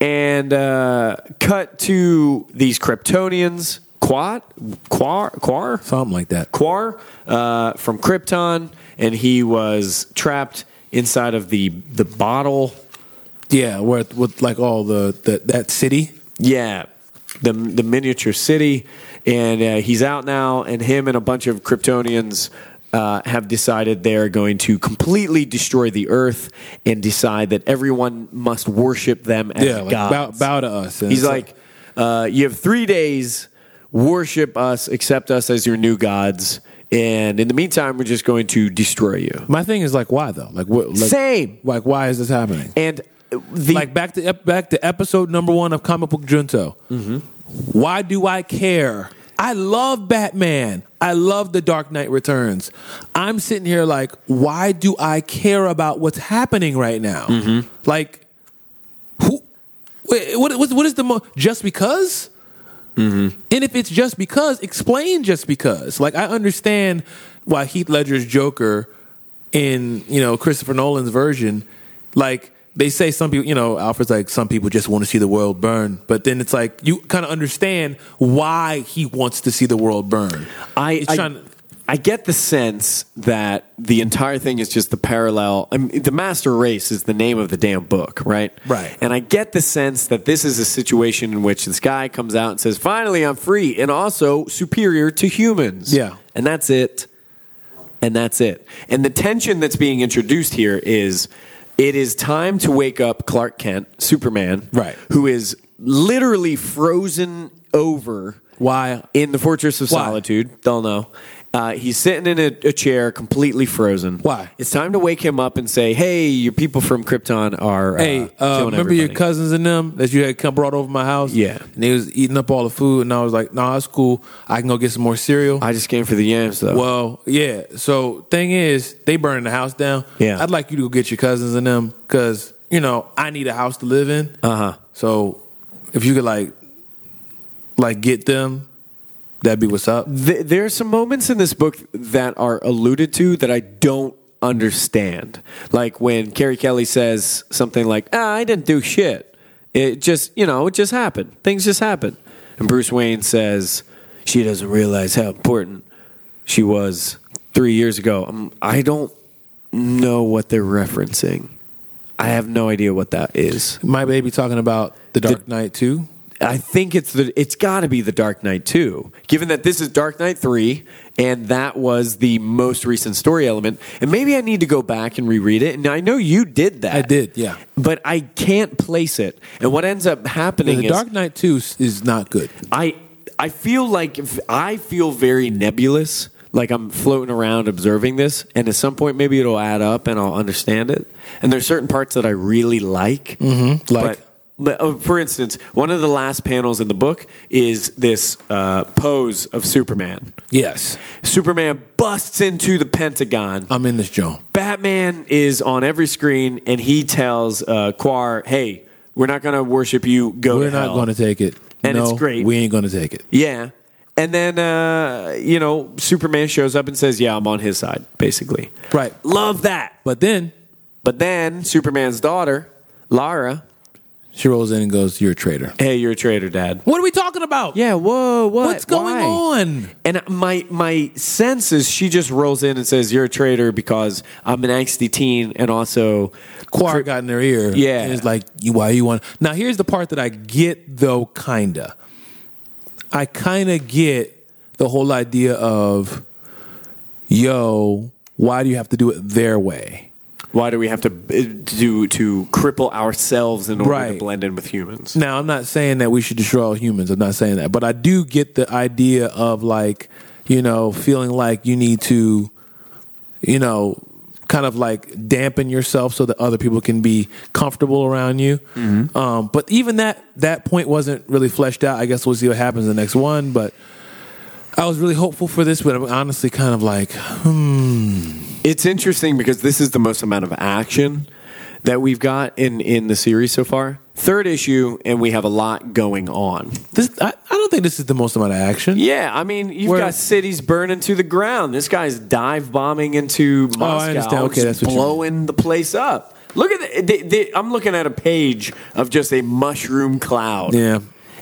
S2: And uh, cut to these Kryptonians, Quat, Quar, Quar,
S1: Something like that.
S2: Quar uh, from Krypton, and he was trapped inside of the the bottle.
S1: Yeah, where with like all the, the that city.
S2: Yeah, the the miniature city, and uh, he's out now. And him and a bunch of Kryptonians. Uh, have decided they're going to completely destroy the earth and decide that everyone must worship them as
S1: Yeah, like
S2: gods.
S1: bow, bow to us. And
S2: He's
S1: it's
S2: like, uh, you have three days, worship us, accept us as your new gods, And in the meantime, we're just going to destroy you.
S1: My thing is like, why though? Like what? Like,
S2: Same.
S1: Like why is this happening?
S2: And the
S1: like back to ep- back to episode number one of Comic Book Junto. Why do I care? I love Batman. I love The Dark Knight Returns. I'm sitting here like, why do I care about what's happening right now? Like, who? Wait, what, what, what is the mo- just because? And if it's just because, explain just because. Like I understand why Heath Ledger's Joker in, you know, Christopher Nolan's version, like they say some people, you know, Alfred's like some people just want to see the world burn, but then it's like you kind of understand why he wants to see the world burn.
S2: I,
S1: It's
S2: I,
S1: trying to-
S2: I get the sense that the entire thing is just the parallel. I mean, the Master Race is the name of the damn book, right?
S1: Right.
S2: And I get the sense that this is a situation in which this guy comes out and says, "Finally, I'm free, and also superior to humans."
S1: Yeah.
S2: And that's it. And that's it. And the tension that's being introduced here is it is time to wake up Clark Kent, Superman,
S1: Right.
S2: who is literally frozen over
S1: Why?
S2: in the Fortress of
S1: Why?
S2: Solitude. They'll know. Uh, he's sitting in a, a chair, completely frozen.
S1: Why?
S2: It's time to wake him up and say, "Hey, your people from Krypton are uh,
S1: Hey, uh,
S2: killing
S1: remember your
S2: everybody."
S1: cousins and them that you had come brought over my house?
S2: Yeah.
S1: And they was eating up all the food, and I was like, nah, it's cool. I can go get some more cereal.
S2: I just came for the yams, though.
S1: Well, yeah. So thing is, they burning the house down.
S2: Yeah.
S1: I'd like you to go get your cousins and them because you know I need a house to live in.
S2: uh huh.
S1: So if you could like, like get them, that'd be what's up.
S2: Th- there are some moments in this book that are alluded to that I don't understand. Like when Carrie Kelly says something like, ah, I didn't do shit. It just, you know, it just happened. Things just happened. And Bruce Wayne says, she doesn't realize how important she was three years ago. Um, I don't know what they're referencing. I have no idea what that is.
S1: My baby talking about the Dark Knight too.
S2: I think it's the it's got to be the Dark Knight too, given that this is Dark Knight three, and that was the most recent story element. And maybe I need to go back and reread it. And I know you did that.
S1: I did, yeah.
S2: But I can't place it. And what ends up happening
S1: The
S2: is
S1: Dark Knight Two s- is not good.
S2: I I feel like if- I feel very nebulous. Like I'm floating around observing this, and at some point maybe it'll add up and I'll understand it. And there's certain parts that I really like. Mm-hmm.
S1: Like?
S2: but, uh, for instance, one of the last panels in the book is this uh, pose of Superman.
S1: Yes,
S2: Superman busts into the Pentagon.
S1: I'm in this Joan.
S2: Batman is on every screen, and he tells uh, Quar, "Hey, we're not going to worship you. Go
S1: We're
S2: to
S1: not
S2: hell."
S1: going to take it.
S2: And
S1: No,
S2: it's great.
S1: We ain't going to take it.
S2: Yeah. And then, uh, you know, Superman shows up and says, Yeah, I'm on his side, basically.
S1: Right.
S2: Love that.
S1: But then
S2: But then Superman's daughter, Lara,
S1: she rolls in and goes, "You're a traitor."
S2: Hey, you're a traitor, Dad.
S1: What are we talking about?
S2: Yeah, whoa, what?
S1: What's going
S2: Why?
S1: on?
S2: And my my sense is she just rolls in and says, You're a traitor because I'm an angsty teen and also
S1: Quar got in their ear.
S2: Yeah.
S1: And it's like, you- why you want. Now, here's the part that I get, though, kinda. I kinda get the whole idea of, yo, why do you have to do it their way?
S2: why do we have to uh, do to cripple ourselves in order to
S1: Right.
S2: blend in with humans?
S1: Now, I'm not saying that we should destroy all humans. I'm not saying that. But I do get the idea of, like, you know, feeling like you need to, you know, kind of like dampen yourself so that other people can be comfortable around you. Um, but even that that point wasn't really fleshed out. I guess we'll see what happens in the next one. But I was really hopeful for this, but I'm honestly kind of like,
S2: It's interesting because this is the most amount of action that we've got in in the series so far. Third issue, and we have a lot going on.
S1: this. I, I don't think this is the most amount of action.
S2: Yeah, I mean, you've
S1: Where-
S2: got cities burning to the ground. This guy's dive bombing into Moscow,
S1: Oh, understand. Okay,
S2: just
S1: that's what you mean.
S2: blowing the place up. Look at the, they, they, I'm looking at a page of just a mushroom cloud.
S1: Yeah.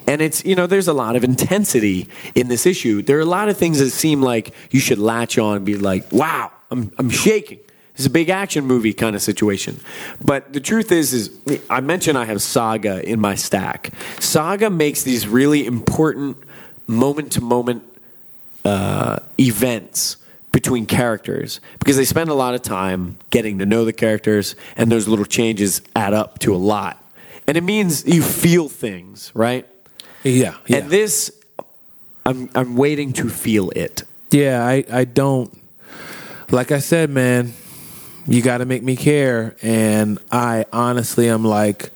S2: And it's, you know, there's a lot of intensity in this issue. There are a lot of things that seem like you should latch on and be like, wow, I'm, I'm shaking. It's a big action movie kind of situation. But the truth is, is I mentioned I have Saga in my stack. Saga makes these really important moment to moment events between characters because they spend a lot of time getting to know the characters and those little changes add up to a lot. And it means you feel things, right?
S1: Yeah. yeah.
S2: And this, I'm, I'm waiting to feel it.
S1: Yeah, I, I don't. Like I said, man, you got to make me care. And I honestly am like,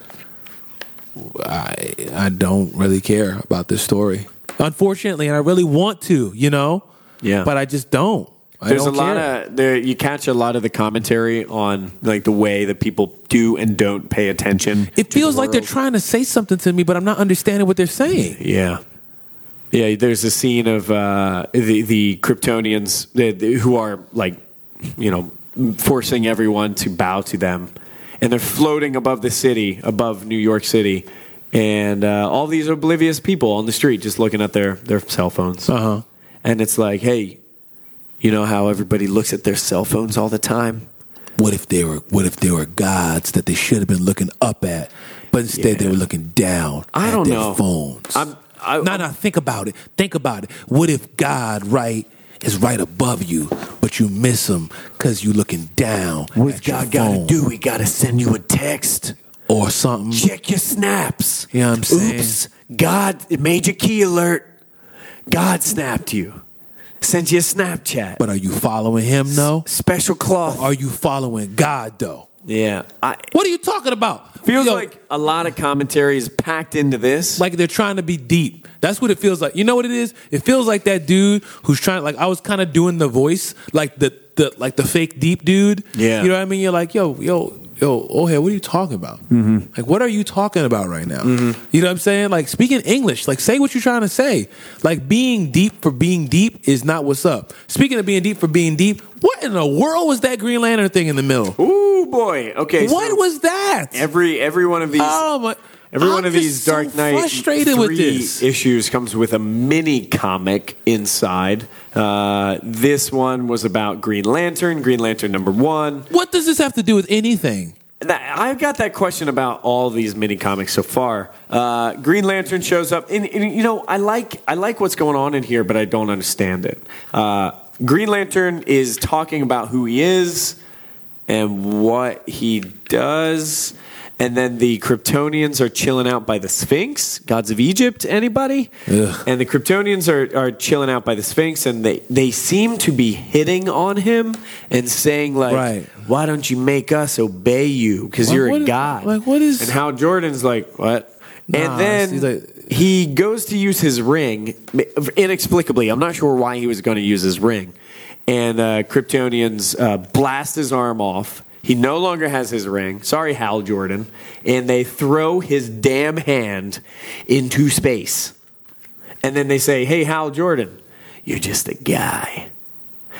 S1: I, I don't really care about this story. Unfortunately, and I really want to, you know?
S2: Yeah.
S1: But I just don't. I
S2: There's
S1: don't
S2: a lot
S1: care.
S2: of there. You catch a lot of the commentary on like the way that people do and don't pay attention.
S1: It
S2: to
S1: feels
S2: the
S1: like they're
S2: world.
S1: trying to say something to me, but I'm not understanding what they're saying.
S2: Yeah. Yeah, there's a scene of uh, the the Kryptonians the, the- who are like, you know, forcing everyone to bow to them, and they're floating above the city, above New York City, and uh, all these oblivious people on the street just looking at their their cell phones.
S1: Uh-huh.
S2: And it's like, hey, you know how everybody looks at their cell phones all the time?
S1: What if they were what if they were gods that they should have been looking up at, but instead they were looking down
S2: I
S1: at
S2: don't
S1: their
S2: know.
S1: phones?
S2: I'm- I-
S1: no, no, think about it. Think about it. What if God right is right above you, but you miss him because you looking down at your phone
S2: We gotta send you a text.
S1: or something?
S2: Check your snaps.
S1: You know what I'm saying?
S2: Oops. God, it made your key alert. God snapped you. Sent you a Snapchat.
S1: But are you following him? No.
S2: Special cloth.
S1: Are you following God though?
S2: Yeah. I
S1: What are you talking about?
S2: feels
S1: Yo,
S2: like a lot of commentary is packed into this.
S1: like they're trying to be deep. That's what it feels like. You know what it is? It feels like that dude who's trying. Like I was kind of doing the voice, like the the like the fake deep dude.
S2: Yeah.
S1: you know what I mean. You're like, yo, yo, yo, oh hey, what are you talking about? Mm-hmm. Like, what are you talking about right now?
S2: Mm-hmm.
S1: You know what I'm saying? Like speaking English. Like say what you're trying to say. Like being deep for being deep is not what's up. Speaking of being deep for being deep, what in the world was that Green Lantern thing in the middle?
S2: Ooh boy. Okay. so
S1: What was that?
S2: every every one of these
S1: oh my.
S2: Every one
S1: I'm
S2: of
S1: just
S2: these
S1: so
S2: Dark Knight
S1: frustrated
S2: three
S1: with this.
S2: issues comes with a mini comic inside. Uh, this one was about Green Lantern, Green Lantern number one.
S1: What does this have to do with anything?
S2: And that- I've got that question about all these mini comics so far. Uh, Green Lantern shows up, and, and, you know, I like I like what's going on in here, but I don't understand it. Uh, Green Lantern is talking about who he is and what he does, and then the Kryptonians are chilling out by the Sphinx, gods of Egypt. Anybody?
S1: Ugh.
S2: And the Kryptonians are, are chilling out by the Sphinx, and they they seem to be hitting on him and saying like like,
S1: Right.
S2: why don't you make us obey you because
S1: Like,
S2: you're
S1: what
S2: a
S1: is-
S2: god
S1: like, what is-
S2: and how jordan's like what
S1: Nah,
S2: and then
S1: he's like-
S2: he goes to use his ring inexplicably i'm not sure why he was going to use his ring and uh, kryptonians uh, blast his arm off he no longer has his ring sorry hal jordan and they throw his damn hand into space and then they say hey hal jordan you're just a guy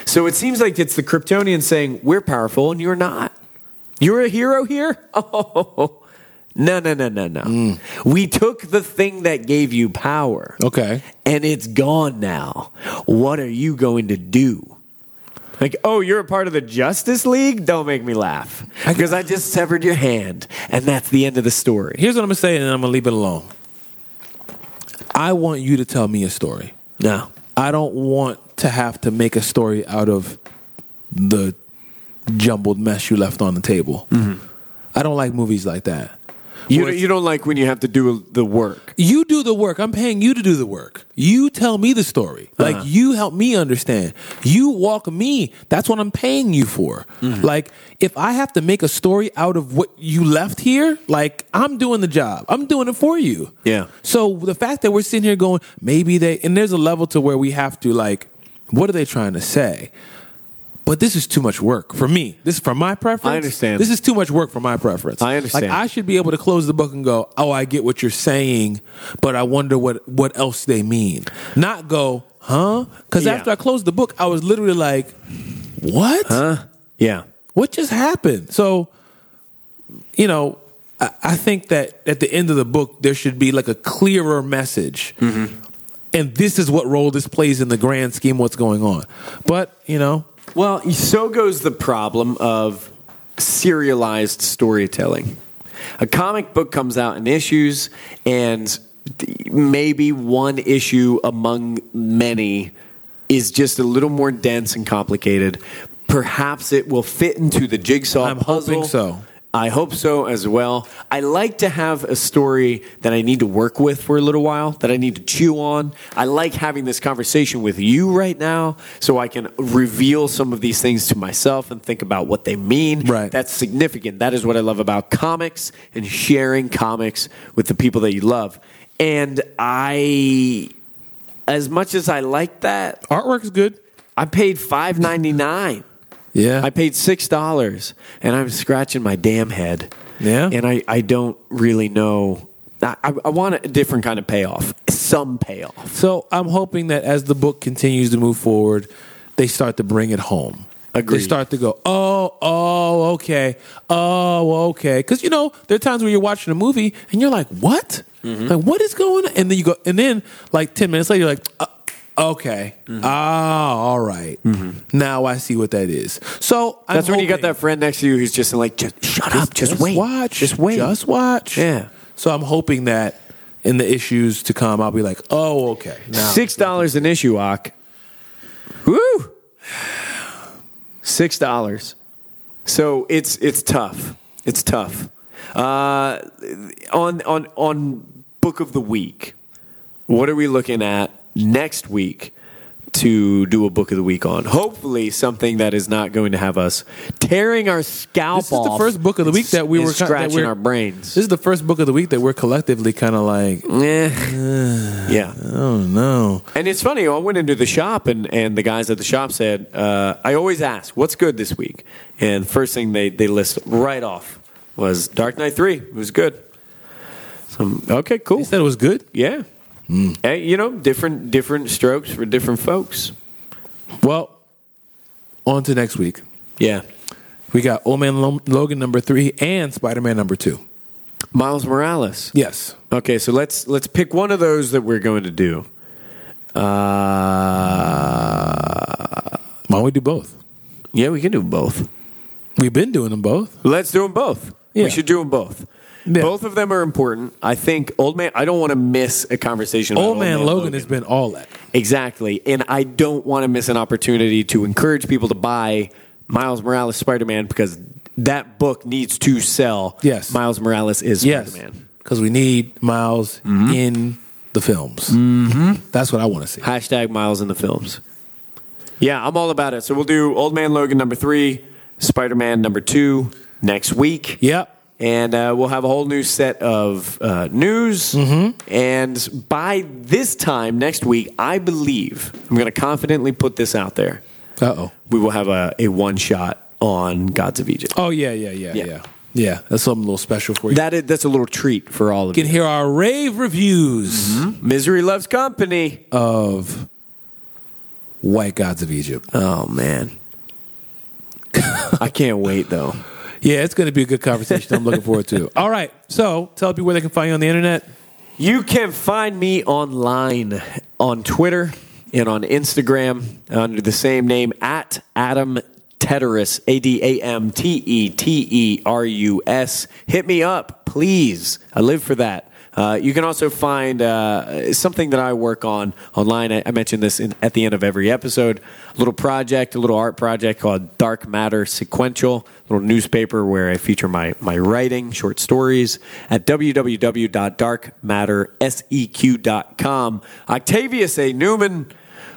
S2: so it seems like it's the Kryptonians saying, We're powerful and you're not. You're a hero here? Oh, no, no, no, no, no.
S1: Mm.
S2: We took the thing that gave you power
S1: Okay.
S2: and it's gone now. What are you going to do? Like, oh, you're a part of the Justice League? Don't make me laugh.
S1: I-
S2: Because I just severed your hand, and that's the end of the story.
S1: Here's what I'm gonna say, and then I'm gonna leave it alone. I want you to tell me a story.
S2: No.
S1: I don't want to have to make a story out of the jumbled mess you left on the table. I don't like movies like that.
S2: You,
S1: Where it's-
S2: you don't like when you have to do the work.
S1: you do the work. I'm paying you to do the work. You tell me the story.
S2: Uh-huh.
S1: Like you help me understand. You walk me. That's what I'm paying you for.
S2: Mm-hmm.
S1: Like if I have to make a story out of what you left here, like I'm doing the job. I'm doing it for you.
S2: Yeah.
S1: So the fact that we're sitting here going, maybe they and there's a level to where we have to like, what are they trying to say? But this is too much work for me. This is for my preference.
S2: I understand.
S1: This is too much work for my preference.
S2: I understand.
S1: Like I should be able to close the book and go, "Oh, I get what you're saying, but I wonder what what else they mean." Not go, "Huh?" Because
S2: Yeah.
S1: after I closed the book, I was literally like, "What?
S2: Huh? Yeah.
S1: What just happened?" So, you know, I, I think that at the end of the book, there should be like a clearer message.
S2: Mm-hmm.
S1: And this is what role this plays in the grand scheme. What's going on? But you know,
S2: Well, so goes the problem of serialized storytelling. A comic book comes out in issues, and maybe one issue among many is just a little more dense and complicated. Perhaps it will fit into the jigsaw
S1: I'm
S2: puzzle.
S1: hoping so.
S2: I hope so as well. I like to have a story that I need to work with for a little while, that I need to chew on. I like having this conversation with you right now so I can reveal some of these things to myself and think about what they mean.
S1: Right.
S2: That's significant. That is what I love about comics and sharing comics with the people that you love. And I as much as I like that,
S1: Artwork's good.
S2: I paid five ninety nine.
S1: Yeah.
S2: I paid six dollars, and I'm scratching my damn head.
S1: Yeah?
S2: and I, I don't really know. I, I I want a different kind of payoff, some payoff.
S1: So I'm hoping that as the book continues to move forward, they start to bring it home.
S2: Agreed.
S1: They start to go, oh, oh, okay, oh, okay. Because you know there are times where you're watching a movie and you're like, what?
S2: Mm-hmm.
S1: Like what is going? on? And then you go, and then like ten minutes later, you're like, uh, okay,
S2: Mm-hmm.
S1: ah, all right. Now I see what that is. So I'm
S2: That's when you got
S1: hoping-
S2: that friend next to you who's just like, just shut up, just, wait,
S1: watch,
S2: just wait,
S1: just watch.
S2: Yeah.
S1: So I'm hoping that in the issues to come, I'll be like, oh, okay, now
S2: Six dollars an issue, Ock. Woo! Six dollars. So it's it's tough. It's tough. Uh, on on on book of the week. What are we looking at next week to do a book of the week on? Hopefully, something that is not going to have us tearing our scalp
S1: This is the
S2: off
S1: first book of the
S2: and
S1: week that we
S2: s-
S1: were
S2: and
S1: ki- that
S2: scratching
S1: we're-
S2: our brains.
S1: This is the first book of the week that we're collectively kind of like,
S2: Eh. yeah.
S1: oh no.
S2: And it's funny. I went into the shop, and, and the guys at the shop said, uh, "I always ask, what's good this week?" And the first thing they they list right off was Dark Knight Three. It was good. So, I'm, okay,
S1: He
S2: cool.
S1: said it was good.
S2: Yeah. Hey, you know, different different strokes for different folks.
S1: Well, on to next week.
S2: Yeah.
S1: We got Old Man Lo- Logan number three and Spider Man number two.
S2: Miles Morales.
S1: Yes.
S2: Okay, so let's let's pick one of those that we're going to do. Uh,
S1: Why don't we do both?
S2: yeah, we can do both.
S1: We've been doing them both.
S2: Let's do them both.
S1: Yeah.
S2: We should do them both.
S1: Yeah.
S2: Both of them are important. I think old man. I don't want to miss a conversation. about
S1: Old Man, Logan, has been all that.
S2: exactly, and I don't want to miss an opportunity to encourage people to buy Miles Morales Spider Man because that book needs to sell.
S1: Yes.
S2: Miles Morales is
S1: Yes.
S2: Spider Man.
S1: Because we need Miles in the films. Mm-hmm. That's what I want to see.
S2: Hashtag Miles in the films. Yeah, I'm all about it. So we'll do Old Man Logan number three, Spider Man number two next week.
S1: Yep.
S2: and uh, we'll have a whole new set of uh, news. Mm-hmm. And by this time next week, I believe I'm going to confidently put this out there.
S1: Uh oh.
S2: We will have a, a one shot on Gods of Egypt.
S1: Oh, yeah, yeah, yeah,
S2: Yeah.
S1: yeah, yeah. That's something a little special for you.
S2: That is, that's a little treat for all of
S1: you
S2: you.
S1: can hear our rave reviews
S2: Misery loves company.
S1: of White Gods of Egypt.
S2: Oh man, I can't wait though.
S1: Yeah, it's going to be a good conversation. I'm looking forward to. it. All right, so tell people where they can find you on the internet.
S2: You can find me online on Twitter and on Instagram under the same name at Adam Teterus, A D A M T E T E R U S. Hit me up, please. I live for that. Uh, you can also find uh, something that I work on online. I, I mentioned this in, at the end of every episode. A little project, a little art project called Dark Matter Sequential, a little newspaper where I feature my, my writing, short stories at www.darkmatterseq.com. Octavius A. Newman,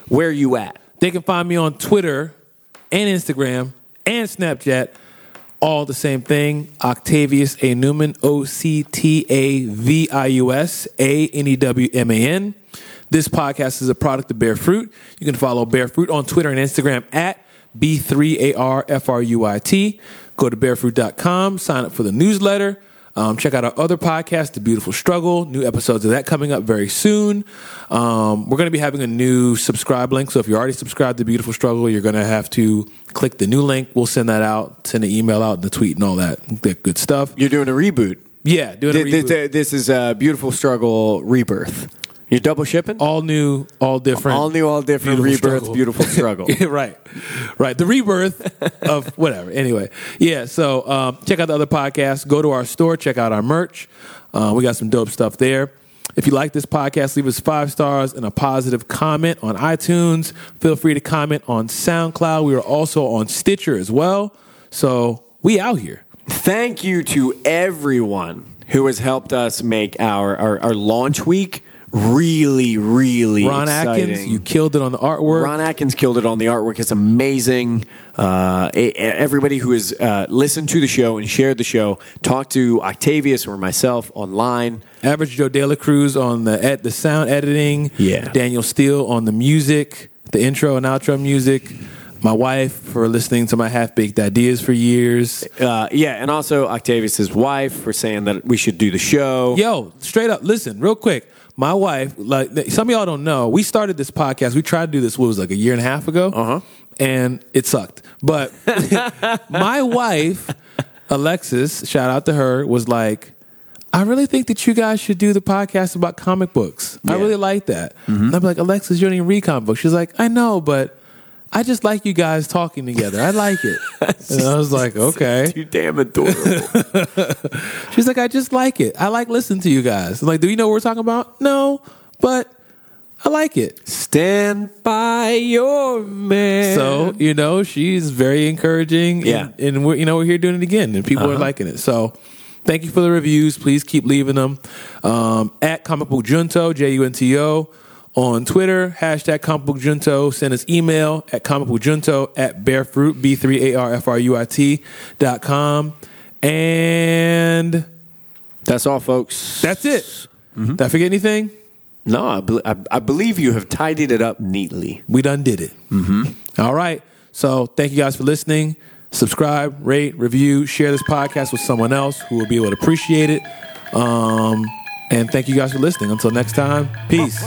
S2: where you at?
S1: They can find me on Twitter and Instagram and Snapchat, all the same thing. Octavius A. Newman, O C T A V I U S A N E W M A N. This podcast is a product of Bear Fruit. You can follow Bear Fruit on Twitter and Instagram at B3ARFRUIT. Go to barefruit.com, sign up for the newsletter. Um, check out our other podcast, The Beautiful Struggle. New episodes of that coming up very soon. Um, we're going to be having a new subscribe link. So if you're already subscribed to Beautiful Struggle, you're going to have to click the new link. We'll send that out, send an email out, and a tweet and all that, that good stuff.
S2: You're doing a reboot.
S1: Yeah, doing a
S2: Th- th-
S1: reboot.
S2: th- This is a beautiful struggle rebirth. You're double shipping?
S1: all new, all different.
S2: All new, all different
S1: Beautiful
S2: rebirth,
S1: struggle.
S2: beautiful struggle.
S1: Yeah, right, right. The rebirth of whatever. Anyway, yeah. So um, check out the other podcasts. Go to our store. Check out our merch. Uh, we got some dope stuff there. If you like this podcast, leave us five stars and a positive comment on iTunes. Feel free to comment on SoundCloud. We are also on Stitcher as well. So we out here.
S2: Thank you to everyone who has helped us make our, our, our launch week really, really
S1: Ron
S2: exciting.
S1: Atkins, you killed it on the artwork.
S2: Ron Atkins killed it on the artwork. It's amazing. Uh, e- everybody who has uh, listened to the show and shared the show, talked to Octavius or myself online.
S1: Average Joe De La Cruz on the at the sound editing.
S2: Yeah.
S1: Daniel Steele on the music, the intro and outro music. My wife for listening to my half baked ideas for years.
S2: Uh, yeah, and also Octavius's wife for saying that we should do the show.
S1: Yo, straight up, listen, real quick. My wife, like th- some of y'all don't know, we started this podcast. We tried to do this. What was it, like a year and a half ago,
S2: Uh-huh.
S1: and it sucked. But my wife, Alexis, shout out to her, was like, "I really think that you guys should do the podcast about comic books. I
S2: Yeah. Mm-hmm.
S1: really like that." And I'm like, "Alexis, you don't even read comic books." She's like, "I know, but." I just like you guys talking together. I like it. And I was like, okay.
S2: Too damn adorable.
S1: She's like, I just like it. I like listening to you guys. I'm like, do you know what we're talking about? No, but I like it.
S2: Stand by your man.
S1: So you know, she's very encouraging. and-
S2: Yeah.
S1: and, we're you know we're here doing it again, and people are liking it. So. Thank you for the reviews. Please keep leaving them. Um, at Comic Book Junto, J U N T O, on Twitter, hashtag Comic Book Junto. Send us email at Comic Book Junto at Barefruit, B 3 A R F R U I T dot com. And
S2: that's all, folks.
S1: that's it. Did I forget anything?
S2: No, I, bel I, I believe you have tidied it up neatly.
S1: We done did it. Mm-hmm. right. So thank you guys for listening. Subscribe, rate, review, share this podcast with someone else who will be able to appreciate it. Um, and thank you guys for listening. Until next time, peace.